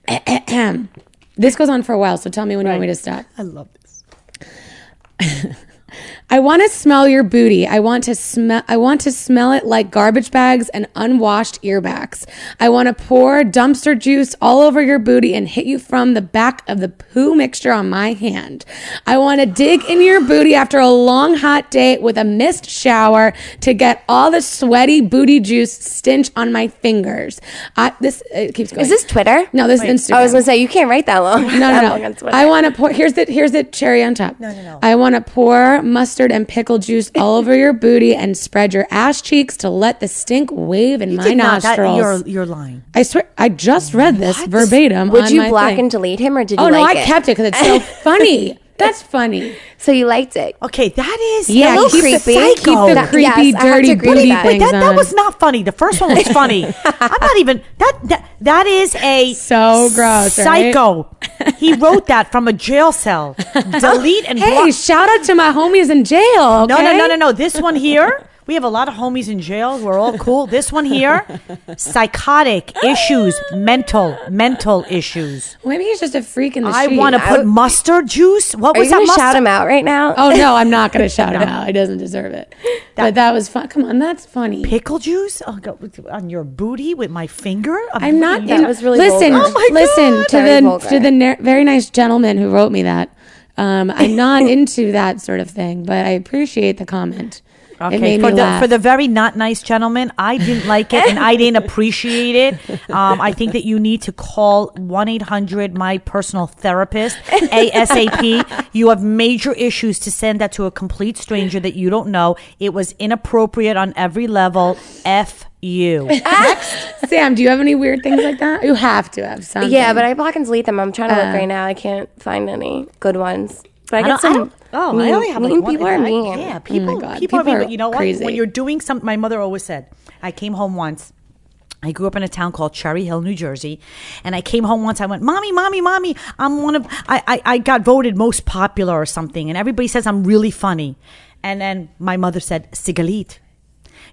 A: you. [clears throat] this goes on for a while, so tell me when you want me to stop.
C: I love this.
A: I want to smell your booty. I want to smell. I want to smell it like garbage bags and unwashed earbags. I want to pour dumpster juice all over your booty and hit you from the back of the poo mixture on my hand. I want to dig into your booty after a long hot day with a mist shower to get all the sweaty booty juice stench on my fingers. I, this it keeps going.
B: Is this Twitter?
A: No, this is Instagram.
B: I was gonna say you can't write that long.
A: No,
B: [laughs] that
A: no,
B: long on
A: no.
B: Twitter.
A: I want to pour. Here's the here's the cherry on top. No, no, no. I want to pour mustard and pickle juice all over your booty and spread your ass cheeks to let the stink wave in my
C: Did not- that-
A: nostrils.
C: you're, you're lying.
A: I swear, I just read this verbatim.
B: Would
A: on
B: you
A: my
B: block
A: thing.
B: and delete him, or did you?
A: Oh no,
B: like
A: I
B: it?
C: [laughs]
A: kept it because it's so funny. That's funny.
B: So you liked it.
C: Okay, that is
A: Yeah,
C: a little
A: keep the-
C: creepy.
A: keep the
C: psycho.
B: That-
A: creepy,
B: I have to
A: dirty,
B: agree with
A: booty
B: that.
A: thing.
B: Wait,
C: that, that
A: on.
C: was not funny. The first one was
A: [laughs]
C: funny. I'm not even that that, that is a
A: So gross, right?
C: psycho. He wrote that from a
A: [laughs]
C: jail cell. Delete and
A: Hey,
C: block.
A: shout out to my homies in jail.
C: No, no,
A: okay?
C: no, no, no. This one here, we have a lot of homies in jail. We're all cool. This one here, psychotic issues, mental, mental issues.
A: Maybe he's just a freak in the
C: I
A: street.
C: want to put mustard juice. What
B: Are
C: was
B: you
C: that
B: going to shout
C: mustard?
B: him out right now?
A: Oh no, I'm not
C: [laughs]
A: gonna shout it out. He doesn't deserve it. but that was fun. Come on, that's funny.
C: Pickle juice? Oh, God, on your booty with my finger?
A: I'm not.
B: That
A: in-
B: was really
A: listen.
B: vulgar. Oh
C: my
A: listen
C: God.
A: to
B: Very
A: the
B: vulgar.
A: to the ner- very nice gentleman who wrote me that. Um, I'm not
C: [laughs]
A: into that sort of thing, but I appreciate the comment. it made
C: for
A: me
C: the
A: laugh.
C: for the very not nice gentleman, I didn't like it and I didn't appreciate it. Um, I think that you need to call one eight hundred my personal therapist ASAP. you have major issues to send that to a complete stranger that you don't know. It was inappropriate on every level. F you.
A: Sam, do you have any weird things like that? You have to have some.
B: Yeah, but I block and delete them. I'm trying to look right now. I can't find any good ones. But I,
C: Uh. I
B: get
C: don't, I
B: some.
C: don't, oh,
B: mean,
C: I only have like
B: mean
C: one-
B: people are
C: I-
B: mean.
C: Yeah, people,
A: God,
C: people,
A: people
C: are
A: are
C: mean. You know what?
A: crazy.
C: When you're doing something, my mother always said, I came home once. I grew up in a town called Cherry Hill, New Jersey, and I came home once. I went, "Mommy, mommy, mommy! I'm one of I, I, I got voted most popular or something, and everybody says I'm really funny." And then my mother said, "Sigalit,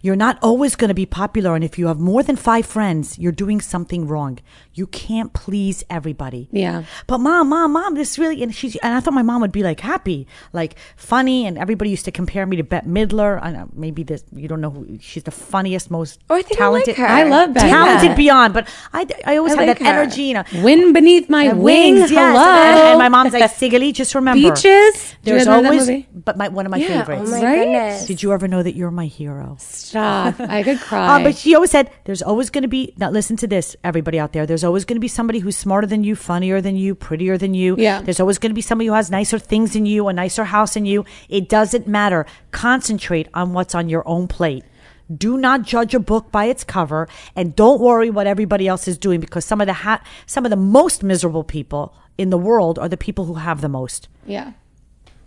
C: you're not always going to be popular, and if you have more than five friends, you're doing something wrong. You can't please everybody."
A: Yeah.
C: But mom, mom, mom, this really and she's and I thought my mom would be like happy, like funny, and everybody used to compare me to Bette Midler. I know, maybe this you don't know who she's the funniest, most
B: Oh, I think I like
C: talented.
B: her.
A: I love Bette.
C: talented
A: Yeah.
C: beyond. But I, I always
B: I
C: had
B: like
C: that
B: her.
C: energy. And uh,
A: Wind beneath my wings.
C: wings, yes.
A: Hello.
C: And, and my mom's like, Sigali, just remember
A: Beaches. Do you guys
C: There's
A: remember that
C: always, [laughs]
A: movie?
C: but my one of my
B: Yeah,
C: favorites.
B: Oh my
A: Right?
B: goodness.
C: Did you ever know that you're my hero?
A: Stop. I could cry.
C: Uh, but she always said, "There's always going to be now. Listen to this, everybody out there. There's always going to be somebody who's smarter than you, funnier than you, prettier than you.
A: Yeah.
C: There's always going to be somebody who has nicer things than you, a nicer house than you. It doesn't matter. Concentrate on what's on your own plate." Do not judge a book by its cover, and don't worry what everybody else is doing because some of the ha- some of the most miserable people in the world are the people who have the most.
A: yeah.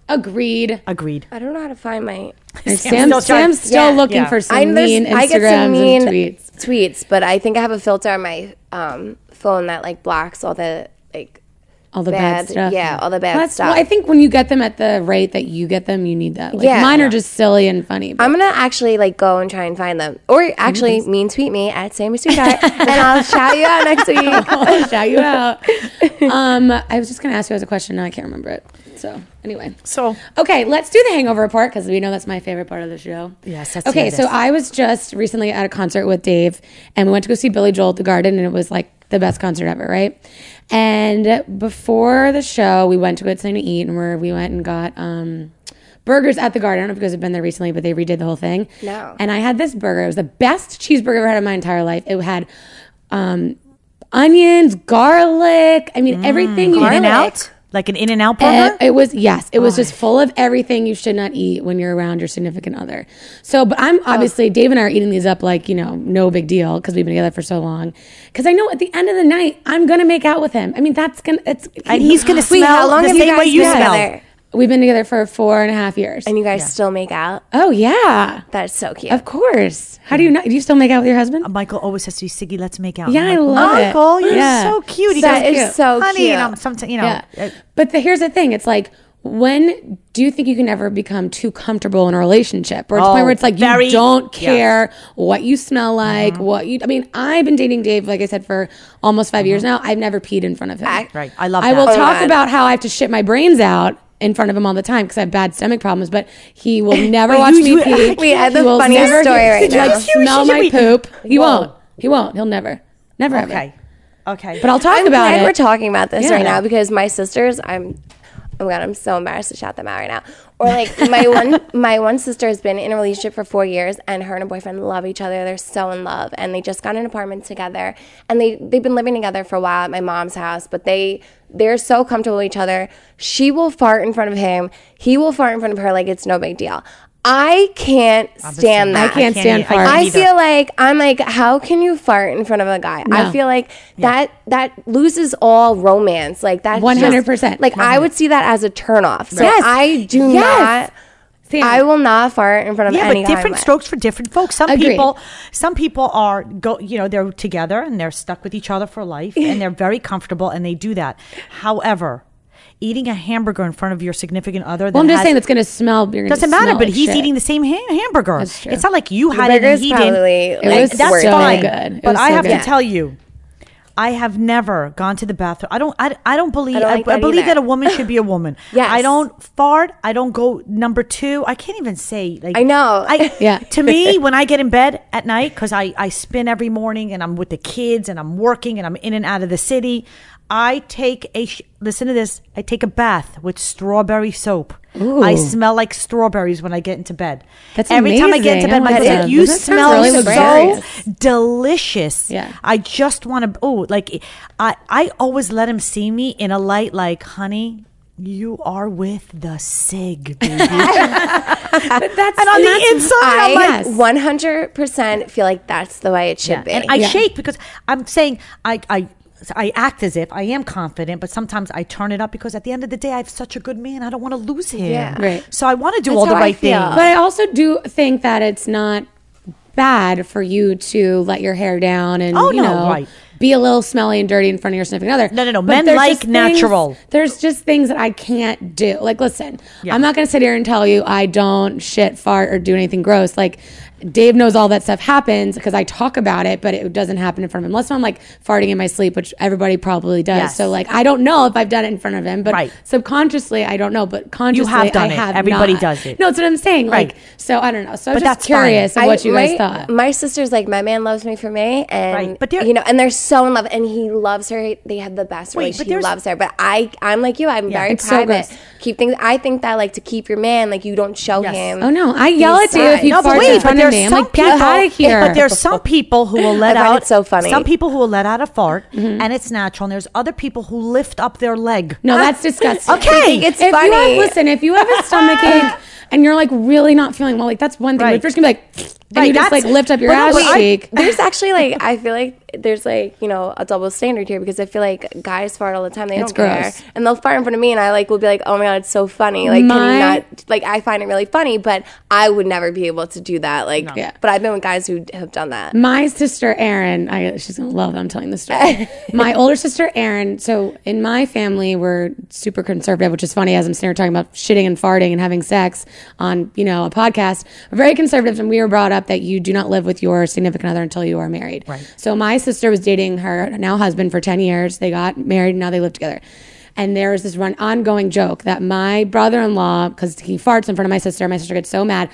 A: Agreed.
C: Agreed.
B: I don't know how to find my.
A: Sam's, Sam's still,
C: still trying-
B: Yeah.
A: looking
C: Yeah.
A: for some
B: I, there's-
A: mean Instagrams
B: I get some mean
A: and tweets.
B: tweets, but I think I have a filter on my um, phone that like blocks all the like.
A: all the bad,
B: bad-
A: stuff.
B: yeah, all the bad
A: That's-
B: stuff.
A: well, I think when you get them at the rate that you get them, you need that. Like,
B: Yeah.
A: mine
B: Yeah.
A: are just silly and funny. But
B: I'm gonna actually like go and try and find them, or actually mean tweet me at Sammy Sweetheart, and
C: [laughs]
B: I'll shout you out next week.
A: [laughs] I'll shout you
B: [laughs]
A: out. Um, I was just gonna ask you as a question, now I can't remember it. So anyway,
C: So-
A: okay, let's do the Hangover report because we know that's my favorite part of the show.
C: Yes, let's
A: okay.
C: hear
A: So
C: this.
A: I was just recently at a concert with Dave, and we went to go see Billy Joel at the Garden, and it was like the best concert ever, right? And before the show, we went to go get something to eat, and where we went and got um, burgers at the Garden. I don't know if you guys have been there recently, but they redid the whole thing.
B: No.
A: And I had this burger. It was the best cheeseburger I've ever had in my entire life. It had um, onions, garlic. I mean, everything you
C: In and
B: Garlic.
C: out, like an in and out
A: and
C: burger.
A: it was yes, it was just full of everything you should not eat when you're around your significant other. So, but I'm obviously Dave and I are eating these up like you know no big deal because we've been together for so long. Because I know at the end of the night I'm gonna make out with him. I mean that's gonna it's
C: and he's going to
B: Wait,
C: smell
B: how long
C: the
B: have
C: same
B: you guys
C: way you
B: been
C: smell.
B: together?
A: we've been together for four and a half years.
B: And you guys still make out?
A: oh yeah,
B: That's so cute.
A: of course. How do you not? Do you still make out with your husband?
C: Michael always says to you, Siggy, let's make out.
A: Yeah,
C: I'm
A: I
C: like,
A: love it.
C: Michael, you're
A: Yeah.
C: so cute. He
B: That
C: goes,
B: is so
C: Honey,
B: cute.
C: And I'm sometimes, you know,
B: Oh,
C: uh,
A: Yeah. But the, here's the thing it's like, when do you think you can ever become too comfortable in a relationship? Or it's the point
C: Oh,
A: where it's like
C: very-
A: you don't
C: yeah.
A: care what you smell like,
B: Uh-huh.
A: what you. I mean, I've been dating Dave, like I said, for almost 5 years now. I've never peed in front of him.
C: Right. I love
A: I will
C: that.
A: talk
B: Uh-huh. Oh, God.
A: about how I have to shit my brains out in front of him all the time because I have bad stomach problems, but he
B: [laughs]
A: will never watch
C: you-
A: me
C: you-
A: pee.
B: Wait, I have the
A: He will
B: funniest
A: never-
B: story right
A: Did you,
B: now.
A: Like,
B: [laughs]
A: smell
C: Should
A: my
C: we-
A: poop. He
C: Whoa.
A: won't. He won't. He'll never. Never ever.
C: okay. Okay.
A: But I'll talk
B: I'm
A: about
B: glad
A: it.
B: we're talking about this
A: Yeah.
B: right now because my sisters, I'm, oh my god, I'm so embarrassed to shout them out right now. Or like
A: [laughs]
B: my one, my one sister has been in a relationship for four years, and her and her boyfriend love each other. They're so in love, and they just got an apartment together, and they they've been living together for a while at my mom's house. But they they're so comfortable with each other. She will fart in front of him. He will fart in front of her like it's no big deal. I can't stand
A: I
B: that.
A: can't stand
C: I
A: farts.
B: I
C: either.
B: feel like I'm like, how can you fart in front of a guy? I feel like that that loses all romance. Like that,
A: 100%.
B: Like I would see that as a turnoff. So
C: Yes.
B: I do
C: Yes.
B: not. I will not fart in front of
C: yeah,
B: any
C: but different
B: highway.
C: strokes for different folks. Some
A: Agreed.
C: people, some people are go, you know, they're together and they're stuck with each other for life, and they're very comfortable and they do that. However, eating a hamburger in front of your significant other, that
A: Well, I'm just
C: has-
A: saying that's going to smell. You're gonna
C: doesn't
A: smell
C: matter. But
A: like
C: he's
A: shit.
C: eating the same ha- hamburger.
A: That's true.
C: It's not like you had it
B: burger's
C: and he didn't.
B: probably,
C: And
B: like,
C: that's
B: worth it.
C: fine.
A: So good. It
C: But
A: was
C: I
A: so
C: have
A: good.
C: to tell you. I have never gone to the bathroom. I don't. I, I don't believe. I,
B: don't like
C: I
B: that
C: believe
B: either.
C: that a woman should be a woman.
B: [laughs] Yes.
C: I don't fart. I don't go number two. I can't even say like.
B: I know.
C: I
A: Yeah.
C: [laughs] To me, when I get in bed at night, because I I spin every morning and I'm with the kids and I'm working and I'm in and out of the city, I take a sh- listen to this. I take a bath with strawberry soap. I smell like strawberries when I get into bed.
A: That's
C: every time I get into bed,
A: amazing. I
C: my
A: want
C: bed,
A: that.
C: you
A: That sounds
C: smell
A: really
C: so
A: luxurious.
C: delicious.
A: Yeah.
C: I just want to. Oh, like I I always let him see me in a light, like honey. You are with the sig, baby.
A: That's
C: and on the inside, I'm like,
B: I 100 percent feel like that's the way it should be.
C: and I shake because I'm saying I, I I act as if I am confident, but sometimes I turn it up because at the end of the day, I have such a good man. I don't want to lose him.
B: Yeah.
A: Right.
C: So I want to do
B: That's
C: all the
B: how I
C: right
B: feel.
C: things.
A: But I also do think that it's not bad for you to let your hair down and
C: Oh,
A: you
C: no,
A: know
C: right.
A: be a little smelly and dirty in front of your significant other.
C: No, no, no.
A: But
C: Men
A: there's
C: like
A: just things-
C: natural.
A: there's just things that I can't do. Like, listen, I'm not going to sit here and tell you I don't shit, fart, or do anything gross. Like, Dave knows all that stuff happens because I talk about it, but it doesn't happen in front of him. Unless I'm like farting in my sleep, which everybody probably does.
C: Yes.
A: So, like, I don't know if I've done it in front of him, but
C: Right.
A: subconsciously, I don't know. But consciously,
C: done
A: I
C: it.
A: have
C: Everybody
A: not.
C: does it.
A: No, that's what I'm saying.
C: Right.
A: Like, so I don't know. So I'm
C: But
A: just
C: that's fine.
A: curious of what you
B: my,
A: guys thought.
B: My sister's like, my man loves me for me, and
C: Right, but
B: but
C: there-
B: you know, and they're so in love, and he loves her. They have the best
C: Wait,
B: relationship.
C: but
B: He
C: there's-
B: loves her, but I, I'm like you. I'm very
C: it's
A: so
B: private.
A: gross.
B: keep things. I think that like to keep your man, like you don't show
C: Yes.
B: him.
A: Oh no, I yell at
B: He's
A: you if
B: fine.
A: you
B: No,
A: fart in front of
C: there's
A: me. I'm
C: some
A: like, get
C: people-
A: out of here.
C: [laughs] But there's some people
A: [laughs]
C: who will let
B: I find
C: out.
B: it so funny.
C: Some people who will let out a fart, and it's natural. And there's other people who lift up their leg.
A: Mm-hmm. no, that's disgusting.
C: Uh, Okay.
B: think it's
A: if You have,
B: funny.
A: listen, if you have a
C: [laughs]
A: stomachache and you're like really not feeling well, like that's one thing. But
C: Right.
A: if you're just gonna be like, and
C: Right,
A: you just
C: that's-
A: like lift up your
C: but no,
A: ass
C: but I-
A: cheek.
B: There's actually like
A: [laughs]
B: I feel like there's like you know a double standard here because I feel like guys fart all the time they
A: It's
B: don't
A: gross.
B: care and they'll fart in front of me and I like will be like oh my god it's so funny like can
A: My-
B: you not like I find it really funny but I would never be able to do that like
A: Yeah. Mm.
B: but I've been with guys who have done that
A: My sister Erin, I, she's gonna love that I'm telling this story. my older sister Erin. So in my family, we're super conservative, which is funny as I'm sitting here talking about shitting and farting and having sex on you know a podcast. We're very conservative, and we were brought up that you do not live with your significant other until you are married. Right. So my sister was dating her now husband for ten years. They got married, and now they live together. And there is this run ongoing joke that my brother in law, because he farts in front of my sister, my sister gets so mad.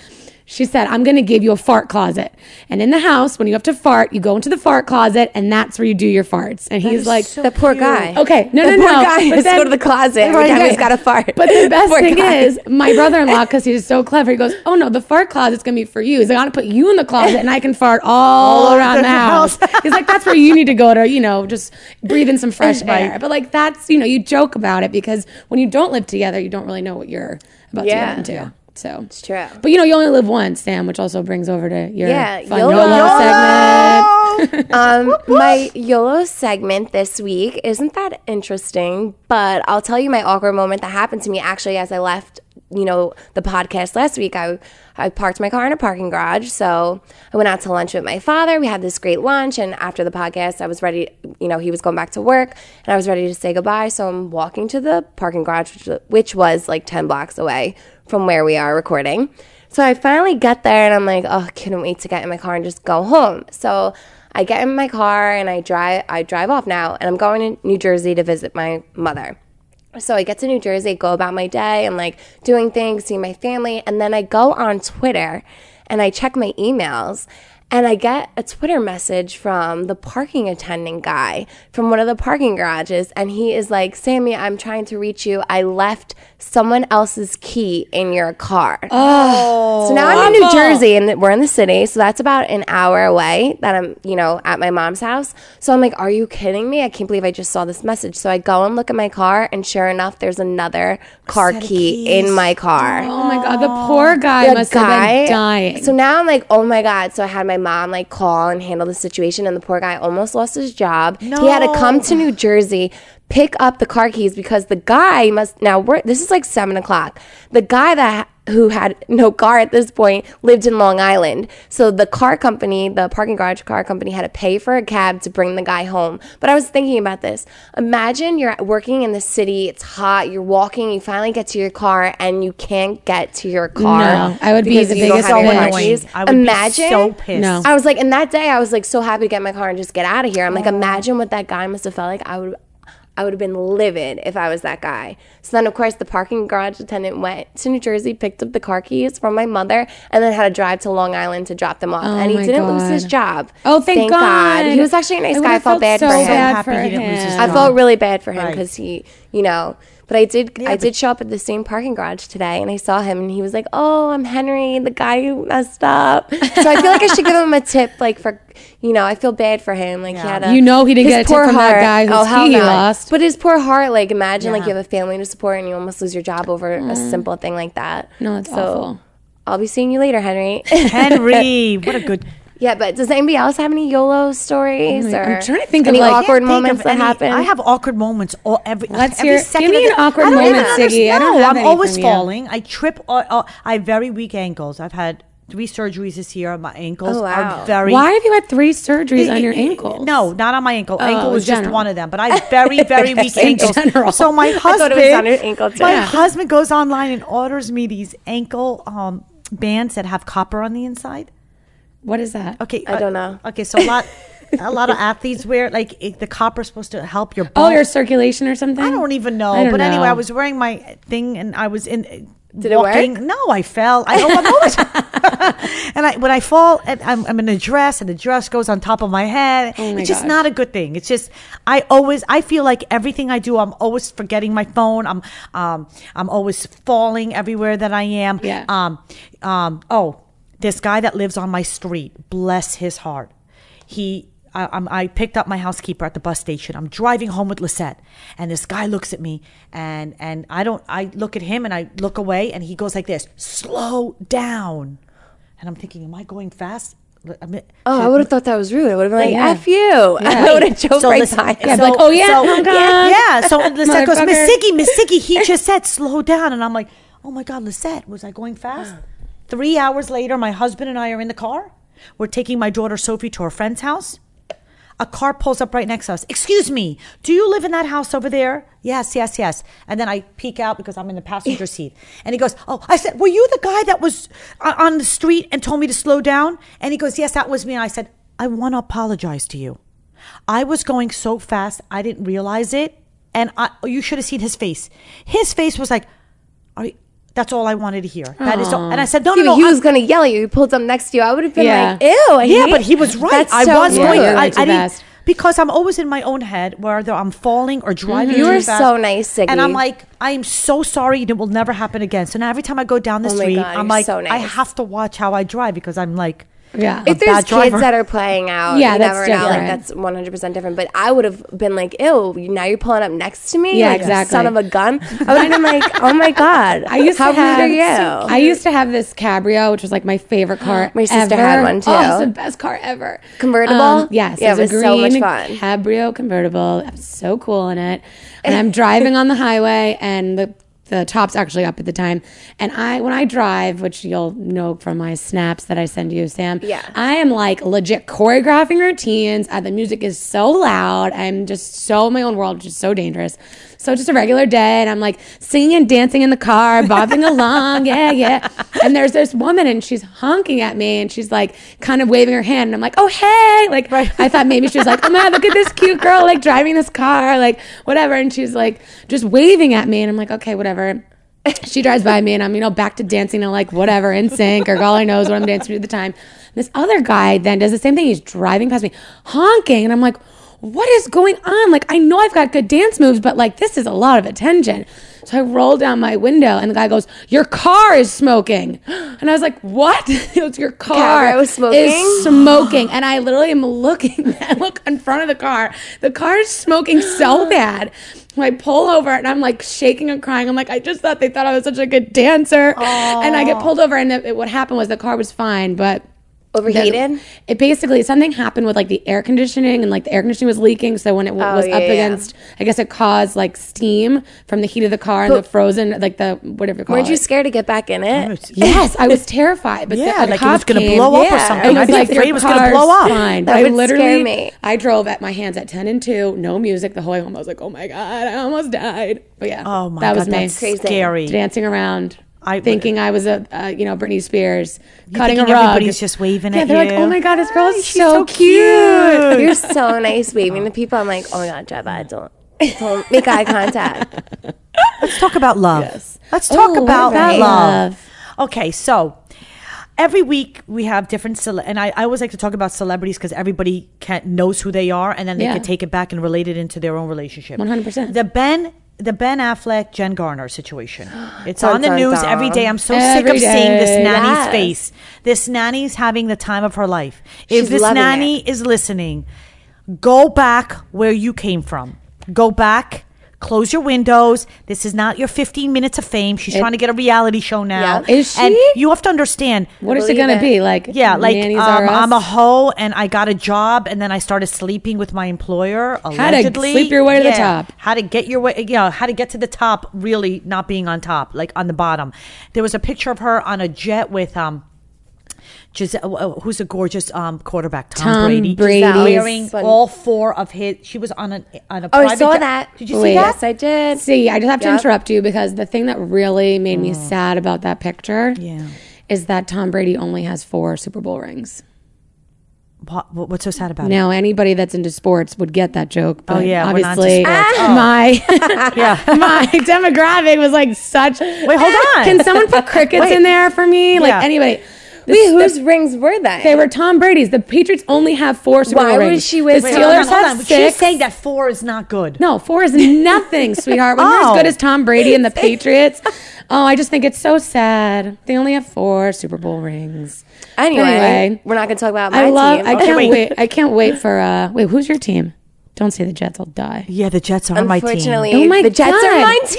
A: She said, I'm going to give you a fart closet. And in the house, when you have to fart, you go into the fart closet and that's where you do your farts. And he's like,
B: the poor guy
A: Okay, no,
B: the
A: no,
B: poor
A: no.
B: guy
A: But
B: has to
A: then-
B: go to the closet every
A: Right,
B: time
A: right.
B: he's got a fart
A: But
B: [laughs]
A: the best
B: Poor
A: thing
B: guy.
A: is, my
B: [laughs]
A: brother in law, because he's so clever, he goes, Oh no, the fart closet's gonna be for you. He's like, I gotta put you in the closet and I can
B: [laughs]
A: fart all, around the house. he's like, That's where you need to go to, you know, just breathe in some fresh air. But like, that's, you know, you joke about it because when you don't live together, you don't really know what you're about
B: Yeah.
A: to get into. So it's
B: true.
A: But you know, you only live once, Sam, which also brings over to your
B: Yeah,
A: fun
B: YOLO.
A: YOLO
B: YOLO.
A: segment.
B: Um, my YOLO segment this week isn't that interesting, but I'll tell you my awkward moment that happened to me actually as I left, you know, the podcast last week. I I parked my car in a parking garage, so I went out to lunch with my father. We had this great lunch, and after the podcast, I was ready. You know, he was going back to work, and I was ready to say goodbye. So I'm walking to the parking garage, which, which was like ten blocks away from where we are recording. So I finally get there and I'm like, oh, couldn't wait to get in my car and just go home. So I get in my car and I drive I drive off now and I'm going to New Jersey to visit my mother. So I get to New Jersey, go about my day, I'm like doing things, seeing my family, and then I go on Twitter and I check my emails and I get a Twitter message from the parking attendant guy from one of the parking garages and he is like, "Sammy, I'm trying to reach you. I left someone else's key in your car. Oh, so now I'm in New
A: awful.
B: Jersey and we're in the city, so that's about an hour away that I'm, you know, at my mom's house. So I'm like, are you kidding me? I can't believe I just saw this message. So I go and look at my car, and sure enough, there's another car
C: set of
B: key
C: keys.
B: in my car
A: Oh my god, the poor guy
B: the
A: must have
B: guy
A: been dying.
B: So now I'm like, oh my god. So I had my mom like call and handle the situation, and the poor guy almost lost his job. He had to come to New Jersey, pick up the car keys because the guy must now. We're, this is like seven o'clock. The guy that who had [laughs] no car at this point lived in Long Island. So the car company, the parking garage car company had to pay for a cab to bring the guy home. But I was thinking about this. Imagine you're working in the city, it's hot, you're walking, you finally get to your car and you can't get to your car.
A: No, I would be
B: because
A: the
B: you don't
A: biggest
B: have your
A: bitch.
B: car keys.
C: I would
B: Imagine
C: be so pissed.
A: No.
B: I was like, and that day I was like so happy to get in my car and just get out of here. I'm like, imagine what that guy must have felt like. I would, I would have been livid if I was that guy. So then, of course, the parking garage attendant went to New Jersey, picked up the car keys from my mother, and then had to drive to Long Island to drop them off. and he
A: Oh my
B: didn't lose his
A: God.
B: job.
A: Oh, thank God.
B: He was actually a nice
A: I
B: guy. I
A: would've
B: felt bad
A: so
B: for him.
A: bad
C: happy
A: for
C: he didn't lose his
A: him.
B: I felt really bad for him
C: Right.
B: because he, you know, but I did. I did show up at the same parking garage today, and I saw him, and he was like, "Oh, I'm Henry, the guy who messed up." So I feel like I should give him a tip, like for, you know, I feel bad for him. Like he had a,
A: You know he didn't
B: his
A: get a tip
B: poor
A: from that
B: heart. Oh,
A: guy whose
B: hell
A: key he
B: no.
A: lost.
B: But his poor heart, like imagine, like
C: Yeah. Mm.
B: you have a family to support, and you almost lose your job over a simple thing like that.
A: No, it's awful.
B: I'll be seeing you later, Henry.
C: [laughs]
A: [laughs]
C: Henry, what a good
B: yeah, but does anybody else have any YOLO stories?
A: Oh my-
B: or
A: I'm trying to think of,
B: any
A: like- I can't
B: awkward
C: think of
B: moments
C: any-
B: that happen.
C: I have awkward moments all every.
A: Let's
C: every
A: hear- give
C: second
A: me
C: of
A: an
C: the-
A: awkward
C: I don't
A: moment,
C: even
A: Siggy. I don't
C: understand.
A: have
C: I'm
A: any
C: always
A: from you.
C: falling. I trip. Uh, uh, I have very weak ankles. I've had three surgeries this year. My ankles
B: Oh, wow.
C: are very.
A: Why have you had three surgeries on your ankles? Oh,
C: No, not on my ankle. ankle was just
A: general.
C: one of them, but I
A: [laughs]
C: have very, very weak
A: In
C: ankles.
A: general. [laughs]
C: So
B: thought
C: my
B: it was
C: husband,
B: on your ankle, too.
C: my
B: Yeah.
C: husband goes online and orders me these ankle um, bands that have copper on the inside.
A: What is that?
C: Okay, uh,
B: I don't know.
C: Okay, so a lot, a
A: [laughs]
C: lot of athletes wear like it, the copper is supposed to help your.
A: Oh,
C: bone-
A: your circulation or something?
C: I don't even know.
A: I don't
C: but anyway,
A: know.
C: I was wearing my thing and I was in.
B: Did it work?
C: No, I fell. I oh, I'm always.
A: [laughs]
C: and I when I fall, and I'm, I'm in a dress, and the dress goes on top of my head.
B: Oh
A: my
C: it's just
A: God.
C: not a good thing. It's just I always I feel like everything I do, I'm always forgetting my phone. I'm um I'm always falling everywhere that I am.
A: Yeah.
C: Um um oh, this guy that lives on my street, bless his heart. He I, I'm, I picked up my housekeeper at the bus station. I'm driving home with Lisette, and this guy looks at me, and and I don't. I look at him, and I look away, and he goes like this: "Slow down." And I'm thinking, am I going fast? I mean,
B: Oh, I would have thought that was rude. I would have been like,
A: Yeah.
B: "F you!" [laughs] I would have joked
C: so
B: right
C: listen-
B: by.
A: Yeah,
B: him.
A: but- like, oh, yeah,
C: so,
A: oh, God. [laughs]
C: yeah. So Lisette goes, Miss
A: Motherfucker.
C: Siggy, Miss Siggy, he just
A: [laughs]
C: said slow down, and I'm like, oh my God, Lisette, was I
A: [gasps]
C: going fast? Three hours later, my husband and I are in the car. We're taking my daughter Sophie to her friend's house. A car pulls up right next to us. Excuse me, do you live in that house over there? Yes, yes, yes. And then I peek out because I'm in the passenger seat. And he goes, Oh, I said, Were you the guy that was uh, on the street and told me to slow down? And he goes, Yes, that was me. And I said, I want to apologize to you. I was going so fast, I didn't realize it. And I, you should have seen his face. His face was like, Are you, that's all I wanted to hear. That is, all, and I said, no, no,
B: Even
C: no.
B: he
C: I'm-
B: was gonna yell at you. He pulled up next to you. I would have been
A: Yeah.
B: like, "Ew!" Oh, I
C: yeah,
B: hate-
C: but he was right.
B: That's
C: I
B: so
C: was
B: rude.
C: going.
A: Yeah,
C: I, I
A: like too
C: didn't
A: fast.
C: because I'm always in my own head, whether I'm falling or driving.
B: You
C: too
B: were
C: fast.
B: Mm-hmm. so nice, Siggy.
C: and I'm like, I am so sorry. It will never happen again. So now every time I go down the
B: Oh my
C: street,
B: God,
C: I'm
B: you're
C: like,
B: so
C: I
B: nice.
C: have to watch how I drive because I'm like,
A: Yeah.
B: if there's
C: bad
B: kids
C: driver.
B: that are playing out,
A: Yeah,
B: you
A: that's
B: never know. Like
A: different.
B: that's one hundred percent different. But I would have been like, "Ew!" Now you're pulling up next to me,
A: Yeah,
B: like,
A: exactly.
B: Son of a gun. I would have been like, "Oh my [laughs] god!"
A: I used
B: How
A: to have.
B: rude are you?
A: I used to have this Cabrio, which was like my favorite car.
B: [gasps] My sister
A: ever.
B: had one, too.
A: Oh, it's the best car ever. Um,
B: Convertible?
A: yes,
B: Yeah,
A: it was,
B: it was
A: a
B: so much
A: green
B: fun.
A: Cabrio convertible. I was so cool in it, and I'm driving on the highway, and the the top's actually up at the time. And I, when I drive, which you'll know from my snaps that I send you, Sam.
B: Yeah.
A: I am like legit choreographing routines. Uh, the music is so loud. I'm just so in my own world, which is so dangerous. So just a regular day, and I'm like singing and dancing in the car, bobbing along, yeah, yeah. And there's this woman, and she's honking at me, and she's like kind of waving her hand, and I'm like, oh hey, like I thought maybe she was like, oh my, God, look at this cute girl like driving this car, like whatever. And she's like just waving at me, and I'm like, okay, whatever she drives by me and I'm, you know, back to dancing to like whatever in sync or God knows what I'm dancing to at the time. This other guy then does the same thing. He's driving past me, honking, and I'm like, what is going on? Like, I know I've got good dance moves, but like this is a lot of attention. So I roll down my window and the guy goes, Your car is smoking. And I was like, What? [laughs] It was your car
B: Camaro was smoking?
A: is smoking. And I literally am looking [laughs] I look in front of the car. The car is smoking so bad. I pull over and I'm like shaking and crying. I'm like, I just thought they thought I was such a good dancer. And I get pulled over and it, what happened was the car was fine, but
B: Overheated?
A: it basically something happened with like the air conditioning and like the air conditioning was leaking so when it w-
B: Oh,
A: was
B: yeah,
A: up
B: yeah.
A: against i guess it caused like steam from the heat of the car and the frozen like the whatever you call it
B: Weren't you scared to get back in it? [laughs]
A: yes i was terrified but
C: Yeah,
A: the,
C: like it was going to blow up or
B: yeah.
C: something.
B: It
C: I
B: was
C: was
B: like
C: afraid it was going to blow up.
A: Fine.
B: That
A: I
B: would
A: literally,
B: scare me.
A: I drove at my hands at 10 and 2, no music the whole way home. I was like, oh my God, I almost died. But yeah,
C: Oh my
A: that
C: god,
A: was me.
C: that's
B: Crazy.
C: scary.
A: dancing around.
C: I
A: thinking I was a, uh, you know, Britney Spears, cutting a
C: thinking
A: rug.
C: everybody's just waving
A: yeah,
C: at
A: they're
C: you.
A: like, oh my God, this girl is
C: she's
A: so,
C: so
A: cute.
B: You're so nice waving to people. I'm like, oh my god, Jabba, don't, don't make eye contact.
C: Let's talk about love.
A: Yes.
C: Let's talk
A: Oh, what
C: about,
A: about
C: love.
A: love?
C: Okay, so every week we have different cele- and I, I always like to talk about celebrities because everybody can knows who they are and then they
A: Yeah.
C: can take it back and relate it into their own relationship.
A: 100%.
C: The Ben the Ben Affleck Jen
A: [gasps]
C: Garner situation. It's
B: Dun,
C: on the
B: dun,
C: news
B: dun.
C: every day. I'm so sick
A: Every
C: of seeing this
A: day.
C: nanny's
B: Yes.
C: face. This nanny's having the time of her life.
B: She's
C: if this
B: loving
C: nanny is listening, go back where you came from. Go back. Close your windows. This is not your 15 minutes of fame. She's trying to get a reality show now.
B: Yeah.
A: Is
C: And
A: she?
C: you have to understand.
A: What is it
B: Believe
A: going
B: it.
A: to be? Like,
C: Yeah, like
A: Nannies Are
C: um,
A: Us?
C: I'm a hoe and I got a job and then I started sleeping with my employer. Allegedly,
A: sleep your way to the
C: Yeah.
A: top.
C: How to get your way? You know, how to get to the top? Really, not being on top, like on the bottom. There was a picture of her on a jet with um, Giselle, uh, who's a gorgeous um quarterback, Tom,
A: Tom
C: Brady.
A: Brady's-
C: Giselle wearing
B: Funny.
C: all four of his. She was on a on a.
B: Oh, I
C: private
B: saw
C: jet.
B: that.
C: Did you see
A: Wait.
C: that?
B: Yes, I did.
A: See, I just have to
B: Yep.
A: interrupt you because the thing that really made me sad about that picture
C: Mm. Yeah.
A: is that Tom Brady only has four Super Bowl rings.
C: What, what's so sad about
A: Now, anybody that's into sports would get that joke. But
C: Oh, yeah, we're not into
A: obviously,
C: sports.
A: my [laughs]
C: it? [laughs] Yeah.
A: my demographic was like such. Wait,
C: hold on.
A: Can someone put crickets in there for me? Like
C: Yeah.
A: anybody.
B: Wait,
A: This-
B: whose rings were they?
A: They were Tom Brady's. The Patriots only have four Super
B: Why
A: Bowl
B: was
A: rings.
B: she with-
A: the
B: Wait,
C: Wait, hold
A: Steelers?
C: on, hold
A: have
C: on.
A: six.
C: She's saying that four is not good.
A: No, four is nothing,
C: [laughs]
A: sweetheart. When
C: Oh.
A: you're as good as Tom Brady
C: [laughs]
A: and the Patriots, oh, I just think it's so sad. They only have four Super Bowl rings.
B: anyway,
A: Anyway.
B: we're not going to talk about my
A: I love.
B: team.
A: I
C: Okay,
A: can't
C: wait.
A: wait. I can't wait for. uh Wait, who's your team? Don't say the Jets. I'll die.
C: Yeah, the Jets are my team.
B: Unfortunately,
A: Oh my
B: the Jets are
A: God.
B: my team.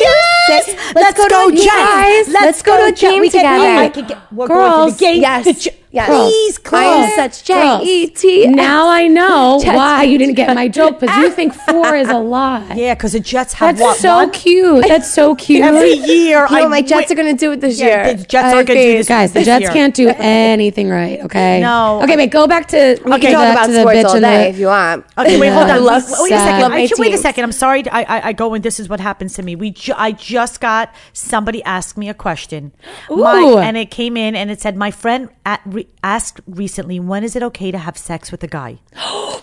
C: Yes!
B: Six.
C: Let's, go,
B: to
C: Jets!
B: Guys, let's, go, to a
C: Jets.
B: team
C: We
B: together.
C: can- oh, I could get- we're going to
A: Girls.
C: the game.
B: Yes.
C: The J-
B: Yes.
C: Please,
B: I
C: come.
B: am such J
A: Girls.
B: E T.
A: Now I know
B: Jets.
A: why you didn't get my joke because you think four is a lot.
C: Yeah, because the Jets have
A: That's
C: what,
A: so
C: one?
A: cute. That's so cute.
C: Every year,
B: You know
C: I
B: what my Jets
C: wi-
B: are going to do it this
C: Yeah,
B: year.
C: the Jets
B: I
C: aren't gonna do
B: agree.
C: this
A: Guys, the
C: this
A: Jets
C: year.
A: can't do anything right. Okay.
C: No.
A: Okay, wait. Go back to.
B: We can talk about sports all day if you want.
C: Okay, wait, hold
A: Yeah.
C: on.
A: Love
C: wait, wait a
A: sad.
C: second.
B: Love
C: I
B: my
C: ju- wait a
B: teams.
C: second. I'm sorry. to- I, I, I go and this is what happens to me. We ju- I just got somebody asked me a question, My-
A: Ooh.
C: and it came in and it said, "My friend at re- asked recently, when is it okay to have sex with a guy?"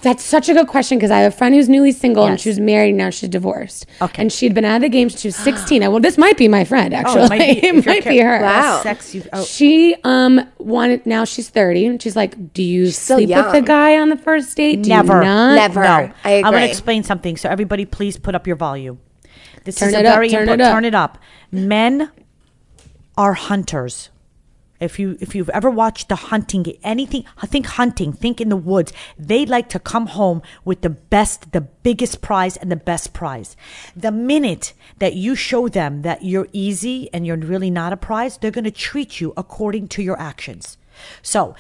A: That's such a good question because I have a friend who's newly single
C: Yes.
A: and she was married now she's divorced.
C: Okay.
A: And she'd been out of the game since she was 16. I, well, this might be my friend
B: Oh,
A: actually. [laughs]
C: might
B: [laughs]
C: be- if you're
A: it might
C: care-
A: be her.
B: Wow.
C: Sex. You, oh,
A: She um wanted now she's 30 and she's like, "Do you
B: still
A: sleep with the
B: young.
A: guy on the first date? Do you
C: Never.
A: not?"
B: Never.
C: No,
B: I
C: am going
B: agree.
C: to explain something. So everybody, please put up your volume. This
A: Turn
C: is
A: it
C: a
A: up,
C: very
A: turn it
C: important.
A: up.
C: Turn it up. Men are hunters. If you if you've ever watched the hunting anything think hunting think in the woods they like to come home with the best the biggest prize and the best prize the minute that you show them that you're easy and you're really not a prize they're going to treat you according to your actions so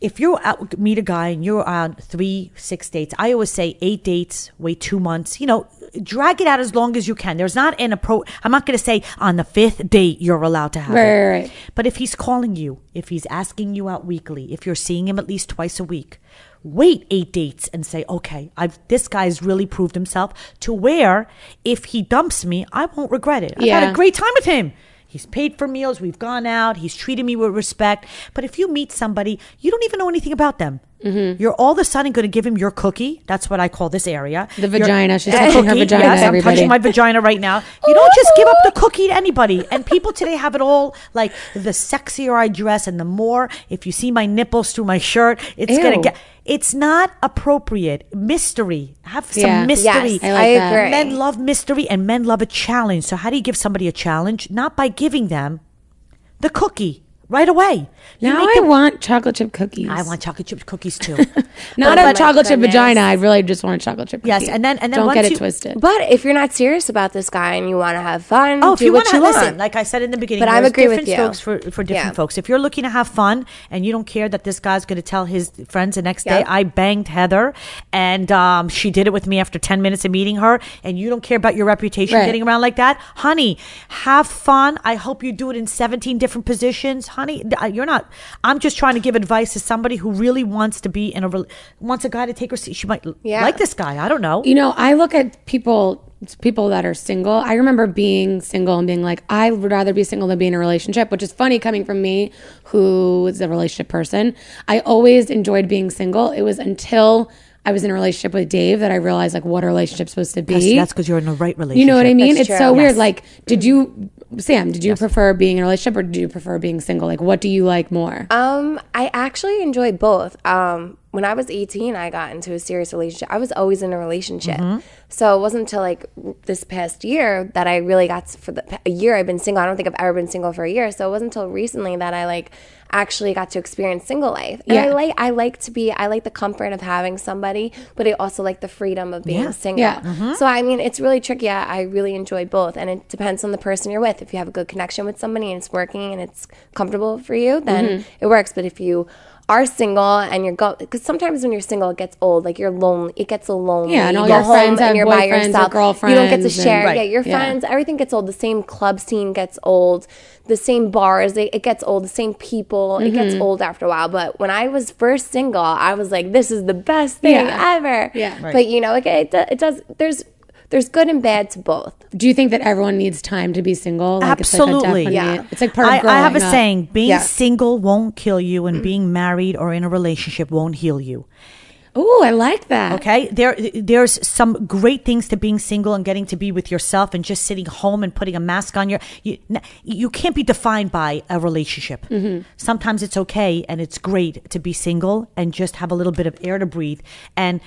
C: if you out, meet a guy and you're on three, six dates, I always say eight dates, wait two months. You know, drag it out as long as you can. There's not an approach. I'm not going to say on the fifth date you're allowed to have
A: Right,
C: it.
A: right, right.
C: But if he's calling you, if he's asking you out weekly, if you're seeing him at least twice a week, wait eight dates and say, okay, I've this guy's really proved himself. To where if he dumps me, I won't regret it. I had a
A: Yeah.
C: great time with him. He's paid for meals. We've gone out. He's treated me with respect. But if you meet somebody, you don't even know anything about them.
A: Mm-hmm.
C: You're all of a sudden going to give him your cookie. That's what I call this area.
A: The
C: Your-
A: vagina. She's
C: the
A: touching her
C: cookie.
A: vagina,
C: Yes, I'm
A: everybody.
C: touching my vagina right now. You don't just give up the cookie to anybody. And people today have it all like the sexier I dress and the more. If you see my nipples through my shirt, it's going
A: Ew.
C: to get. It's not appropriate. Mystery. Have some
A: Yeah.
C: mystery.
B: Yes, I,
A: like that.
B: agree.
C: Men love mystery and men love a challenge. So, how do you give somebody a challenge? Not by giving them the cookie right away. You
A: Now
C: make
A: I
C: them-
A: want chocolate chip cookies.
C: I want chocolate chip cookies too.
A: not
B: Oh
A: a
B: my
A: chocolate chip
B: goodness.
A: vagina. I really just want a chocolate chip.
C: Yes,
A: cookie.
C: and then- and then
A: don't
C: once
A: get it
C: you-
A: twisted.
B: but if you're not serious about this guy and you want to have fun,
C: oh, if
B: do
C: you
B: what
C: want to
B: you want.
C: listen, like I said in the beginning,
B: But I
C: there's
B: agree with
C: different
B: you.
C: strokes for, for different
B: Yeah.
C: folks. If you're looking to have fun and you don't care that this guy's going to tell his friends the next day,
B: Yep.
C: I banged Heather and um, she did it with me after 10 minutes of meeting her, and you don't care about your reputation
A: Right.
C: getting around like that, honey, have fun. I hope you do it in 17 different positions. Honey, th- uh, you're not, I'm just trying to give advice to somebody who really wants to be in a, rel- wants a guy to take her seat. She might l-
B: Yeah.
C: like this guy. I don't know.
A: You know, I look at people people that are single. I remember being single and being like, I would rather be single than be in a relationship, which is funny coming from me who is a relationship person. I always enjoyed being single. It was until I was in a relationship with Dave that I realized like what a relationship's supposed to be.
C: Yes, that's because you're in the right relationship.
A: You know what I mean?
B: That's
A: it's
B: true.
A: so weird. Like, did you, Sam? Did you prefer being in a relationship or do you prefer being single? Like, what do you like more?
B: Um, I actually enjoy both. Um, when I was 18, I got into a serious relationship. I was always in a relationship. So it wasn't until like r- this past year that I really got s- for the pa- a year I've been single. I don't think I've ever been single for a year. So it wasn't until recently that I like actually got to experience single life. And I
A: Yeah.
B: like I like to be I like the comfort of having somebody, but I also like the freedom of being single.
A: Yeah.
B: So I mean, it's really tricky. I, I really enjoy both, and it depends on the person you're with. If you have a good connection with somebody and it's working and it's comfortable for you, then it works. But if you are single and you're going, because sometimes when you're single, it gets old. Like you're lonely. It gets lonely.
A: Yeah, and all
B: you go
A: your
B: home
A: friends have boyfriends or
B: You don't get to
A: girlfriends and-
B: share.
A: Right.
B: Yeah, your
A: Yeah.
B: friends. Everything gets old. The same club scene gets old. The same bars. They, it gets old. The same people.
A: Mm-hmm.
B: It gets old after a while. But when I was first single, I was like, this is the best thing
A: Yeah.
B: ever.
A: Yeah. Right.
B: But you know, it, it, do- it does. There's there's good and bad to both.
A: do you think that everyone needs time to be single? Like,
C: Absolutely.
A: It's like, a definite-
B: Yeah.
A: it's like part of
C: I, I have a
A: growing up. Mm.
C: saying: being
B: Yeah.
C: single won't kill you, and being married or in a relationship won't heal you.
A: Ooh, I like that.
C: Okay, there, there's some great things to being single and getting to be with yourself, and just sitting home and putting a mask on your. You, n- you can't be defined by a relationship.
A: Mm-hmm.
C: Sometimes it's okay and it's great to be single and just have a little bit of air to breathe, and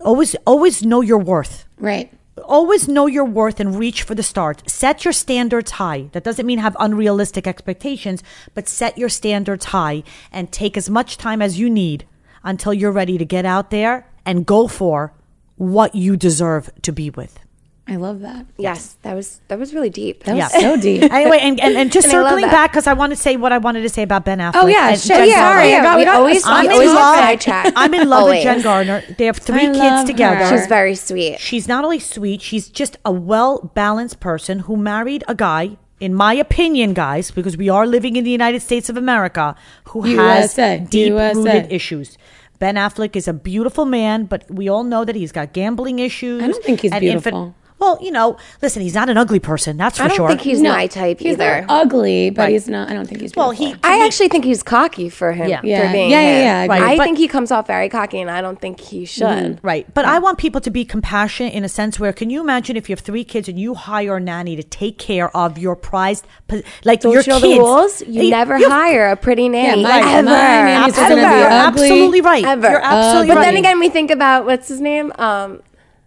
C: always, always know your worth
A: Right.
C: always know your worth and reach for the stars. Set your standards high. That doesn't mean have unrealistic expectations, but set your standards high and take as much time as you need until you're ready to get out there and go for what you deserve to be
B: [laughs]
C: with.
A: I love that.
B: Yes, that was that was really deep.
A: That
C: Yeah.
A: was so
C: [laughs]
A: deep.
C: Anyway, and, and, and just
B: And I love
C: circling
B: that.
C: back because I want to say what I wanted to say about Ben Affleck.
A: Oh, yeah,
C: and
A: shit,
C: Jen
A: yeah,
C: Garner.
A: sorry, I got- we
B: we
A: got-
B: always,
A: I'm
B: we
A: in
B: always get
A: love.
B: sidetracked.
C: I'm in love with
B: Always.
C: Jen Garner. They have three
A: love her.
C: kids together.
B: She's very sweet.
C: She's not only sweet, she's just a well balanced person who married a guy, in my opinion, guys, because we are living in the United States of America, who
A: USA,
C: has deep rooted
A: USA.
C: issues. Ben Affleck is a beautiful man, but we all know that he's got gambling issues.
A: I don't think he's
C: and
A: beautiful.
C: well, you know, listen, he's not an ugly person, that's for
B: I don't
C: sure.
B: think he's my type
A: he's
B: either.
A: not ugly, but he's not. I don't think he's.
C: well,
A: beautiful.
C: he
B: I actually think he's cocky for him.
C: Yeah.
B: for
A: Yeah.
B: being
A: Yeah,
B: him.
A: yeah, yeah, I
C: agree.
B: I
C: But-
B: think he comes off very cocky, and I don't think he should.
C: Mm-hmm. Right. But I want people to be compassionate in a sense where can you imagine if you have three kids and you hire a nanny to take care of your prized po- like
B: Don't
C: your
B: you know
C: kids.
B: the rules? You,
C: They-
B: never
C: you-
B: hire a pretty nanny
A: my- my
B: ever.
A: nannies are
C: Absolutely.
A: gonna be
C: You're
B: ever.
A: ugly.
C: absolutely right.
B: Ever.
C: You're absolutely
B: But
C: right.
B: then again, we think about what's his name? Um,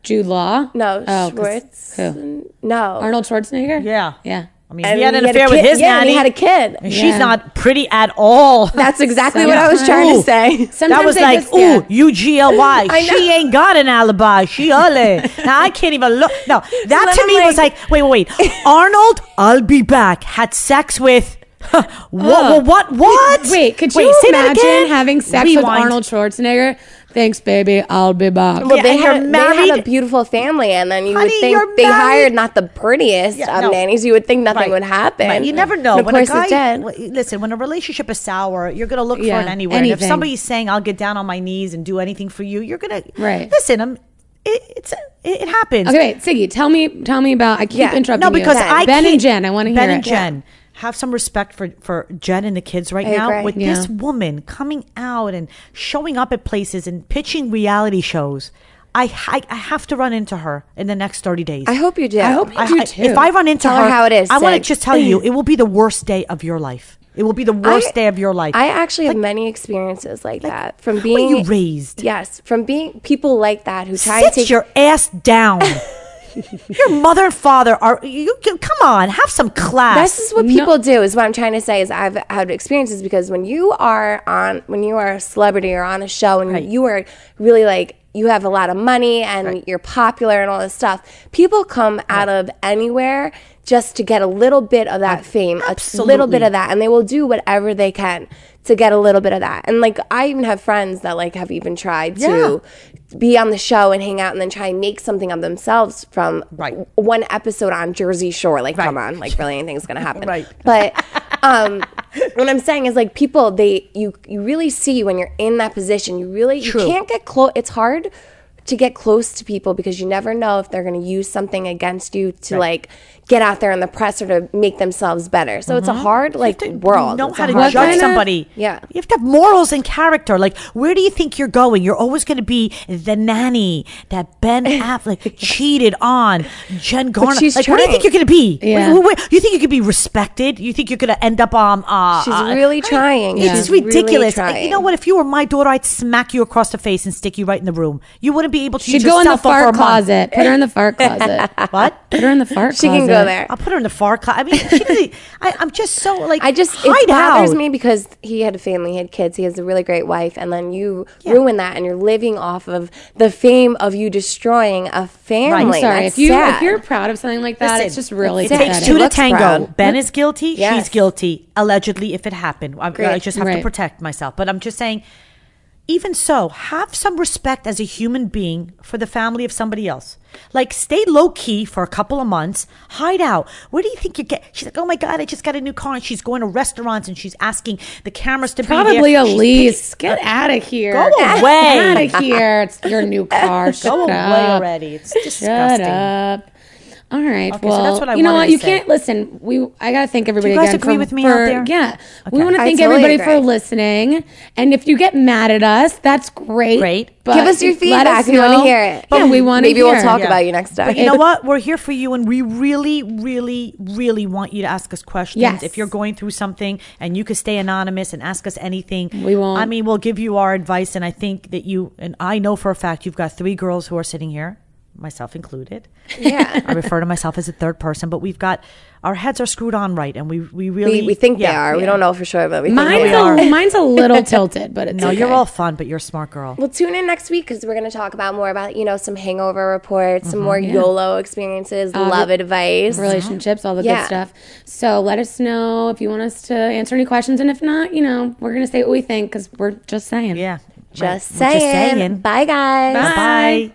A: Jude Law.
B: no,
A: Oh, 'cause-
B: Schwartz.
A: Who?
B: No,
A: Arnold Schwarzenegger.
C: Yeah.
A: Yeah.
C: I mean,
B: And
C: he had an
B: he
C: affair
B: a
C: with
B: kid-
C: his
B: yeah, and
C: nanny.
B: He had a kid.
C: and she's
A: Yeah.
C: not pretty at all.
B: [laughs] That's exactly what I
A: Sometimes-
B: was trying
C: Ooh.
B: to say.
C: [laughs]
A: Sometimes
C: That was
A: they
C: like,
A: just- yeah.
C: ooh, U G L Y.
B: I know.
C: She ain't got an alibi. She ugly. now I can't even look. No, that
B: then
C: to
B: I'm
C: me was
B: like-
C: like, wait, wait, wait. Arnold, I'll be back. Had sex with. [laughs] what, what? What? What?
A: Wait, could you
C: say that
A: imagine
C: again?
A: having sex with
C: Rewind.
A: Arnold Schwarzenegger? Thanks, baby. I'll be back.
B: Well,
C: Yeah,
B: they,
C: and you're
B: had, they had
C: married-
B: a beautiful family, and then you
C: Honey,
B: would think
C: you're
B: they
C: married-
B: hired not the prettiest
C: Yeah,
B: of
C: no.
B: nannies. You would think nothing
C: Right.
B: would happen.
C: Right. You never know.
B: And of
C: when a
B: course,
C: guy,
B: it did.
C: w- Listen, when a relationship is sour, you're going to look
A: Yeah,
C: for it anywhere. And if
A: anything.
C: somebody's saying, "I'll get down on my knees and do anything for you," you're going to
A: Right.
C: Listen, I'm, it, it's it, it happens.
A: Okay, wait, Siggy, tell me, tell me about. I keep
B: Yeah.
A: interrupting.
C: No, because
A: you.
C: I
A: Ben
C: can't-
A: and Jen. I want to hear
C: Ben and
A: it.
C: Jen have some respect for for Jen and the kids right
B: I
C: now
B: agree.
C: with
A: Yeah.
C: this woman coming out and showing up at places and pitching reality shows. I, I, I have to run into her in the next 30 days.
B: I hope you do.
A: I hope you
C: I-
A: do
C: I-
A: too.
C: If I run into
B: Tell her how it is,
C: I want
B: Sid.
C: to just
B: [laughs]
C: tell you, it will be the worst day of your life. It will be the worst
B: I-
C: day of your life.
B: I actually have many experiences like, that from
C: were
B: being
C: you raised?
B: Yes, from being people like that who try
C: Sit
B: to take
C: your ass
B: [laughs]
C: down. your mother and father are. You can come on, have some class.
B: This is what people do. Is what I'm trying to say. Is I've had experiences because when you are on, when you are a celebrity or on a show, and
C: Right.
B: you are really like you have a lot of money and you're popular and all this stuff, people come out of anywhere just to get a little bit of that fame, a little bit
C: absolutely.
B: of that, and they will do whatever they can to get a little bit of that. And like I even have friends that like have even tried to be on the show and hang out and then try and make something of themselves from
C: Right.
B: one episode on Jersey Shore. Like, come on, like really anything's gonna happen.
C: [laughs] Right.
B: But um, what I'm saying is like people they you you really see when you're in that position. You really
C: True.
B: you can't get close. It's hard to get close to people because you never know if they're gonna use something against you to like get out there in the press or to make themselves better. So it's a hard like
C: Mm-hmm. to
B: world.
C: know
B: It's
C: how
B: a
C: to
B: hard
C: judge
A: What kind of-
C: somebody.
B: Yeah.
C: you have to have morals and character. Like, where do you think you're going? You're always going to be the nanny that
B: [laughs]
C: Ben Affleck cheated on Jen Garner.
B: she's
C: like, what do you
B: trying.
C: think you're going to be?
A: Yeah.
C: Wait, wait, wait, you think you could be respected? You think you're going to end up um? Uh,
B: She's
C: uh,
B: really trying.
A: Yeah.
C: It's
B: She's really
C: ridiculous. And you
B: trying.
C: know what? If you were my daughter, I'd smack you across the face and stick you right in the room. You wouldn't be able to.
A: She'd
C: use
A: go in the
C: yourself for a
A: fart
C: month.
A: closet. Put her in the
C: [laughs]
A: fart closet.
C: What?
A: Put her in the fart
B: She
A: closet.
B: can go there.
C: I'll put her in the far closet. I mean, she really, I, I'm just so like.
B: I just
C: hide
B: it bothers
C: out.
B: me because he had a family, he had kids, he has a really great wife, and then you ruin that, and you're living off of the fame of you destroying a family.
C: I'm
A: Sorry,
B: That's
A: if you
B: sad.
A: if you're proud of something like that,
C: Listen,
A: it's just really
C: It
A: pathetic.
C: takes two to
B: looks
C: tango.
B: proud.
C: Ben is guilty. She's
B: Yes.
C: guilty. Allegedly, if it happened, I, I
B: Great.
C: just have to
A: Right.
C: protect myself. But I'm just saying. Even so, have some respect as a human being for the family of somebody else. Like, stay low key for a couple of months, hide out. Where do you think you get? She's like, oh my god, I just got a new car, and she's going to restaurants and she's asking the cameras to be
A: Probably
C: there.
A: a
C: She's
A: lease. [laughs] Get out of here.
C: Go
A: Get
C: away.
A: Get out of here. It's your new
C: [laughs]
A: car. Shut
C: Go away
A: up.
C: already. It's
A: Shut
C: disgusting.
A: up. All right.
C: so
A: well,
C: that's what I
A: you know
C: wanted
A: what?
C: to
A: You
C: say.
A: can't listen. We I gotta thank everybody.
C: guys
A: again
C: agree
A: for-
C: with me
A: for-
C: out there?
A: Yeah. We want to
B: I
A: thank
B: totally
A: everybody for
B: agree.
A: listening. And if you get mad at us, that's great.
C: Great.
A: But
B: Give us your
A: if- let us
B: feedback. We wanna
A: know.
B: hear it.
A: Yeah,
B: But
A: we want to.
B: maybe we'll talk about you next time.
C: But
B: [laughs]
C: you know what? We're here for you, and we really, really, really want you to ask us questions.
A: Yes.
C: If you're going through something, and you could stay anonymous and ask us anything,
A: We won't.
C: I mean, we'll give you our advice, and I think that you and I know for a fact you've got three girls who are sitting here, myself included.
B: Yeah.
C: [laughs] I refer to myself as a third person, but we've got our heads are screwed on right, and we we really
B: we, we think
C: yeah,
B: they are.
C: yeah.
B: We don't know for sure, but we think
A: Mine's
B: they are.
A: a, mine's a
C: [laughs]
A: little tilted, but it's
C: No,
A: okay.
C: you're all fun, but you're a smart girl.
B: Well, tune in next week because we're going to talk about more about you know some hangover reports,
A: Uh-huh.
B: some more YOLO experiences,
A: Uh,
B: love advice.
A: relationships, all the good
B: Yeah.
A: stuff. So let us know if you want us to answer any questions, and if not, you know, we're gonna say what we think because we're just saying.
C: yeah. right.
B: Just
C: We're
B: saying. Bye, guys.
C: Bye.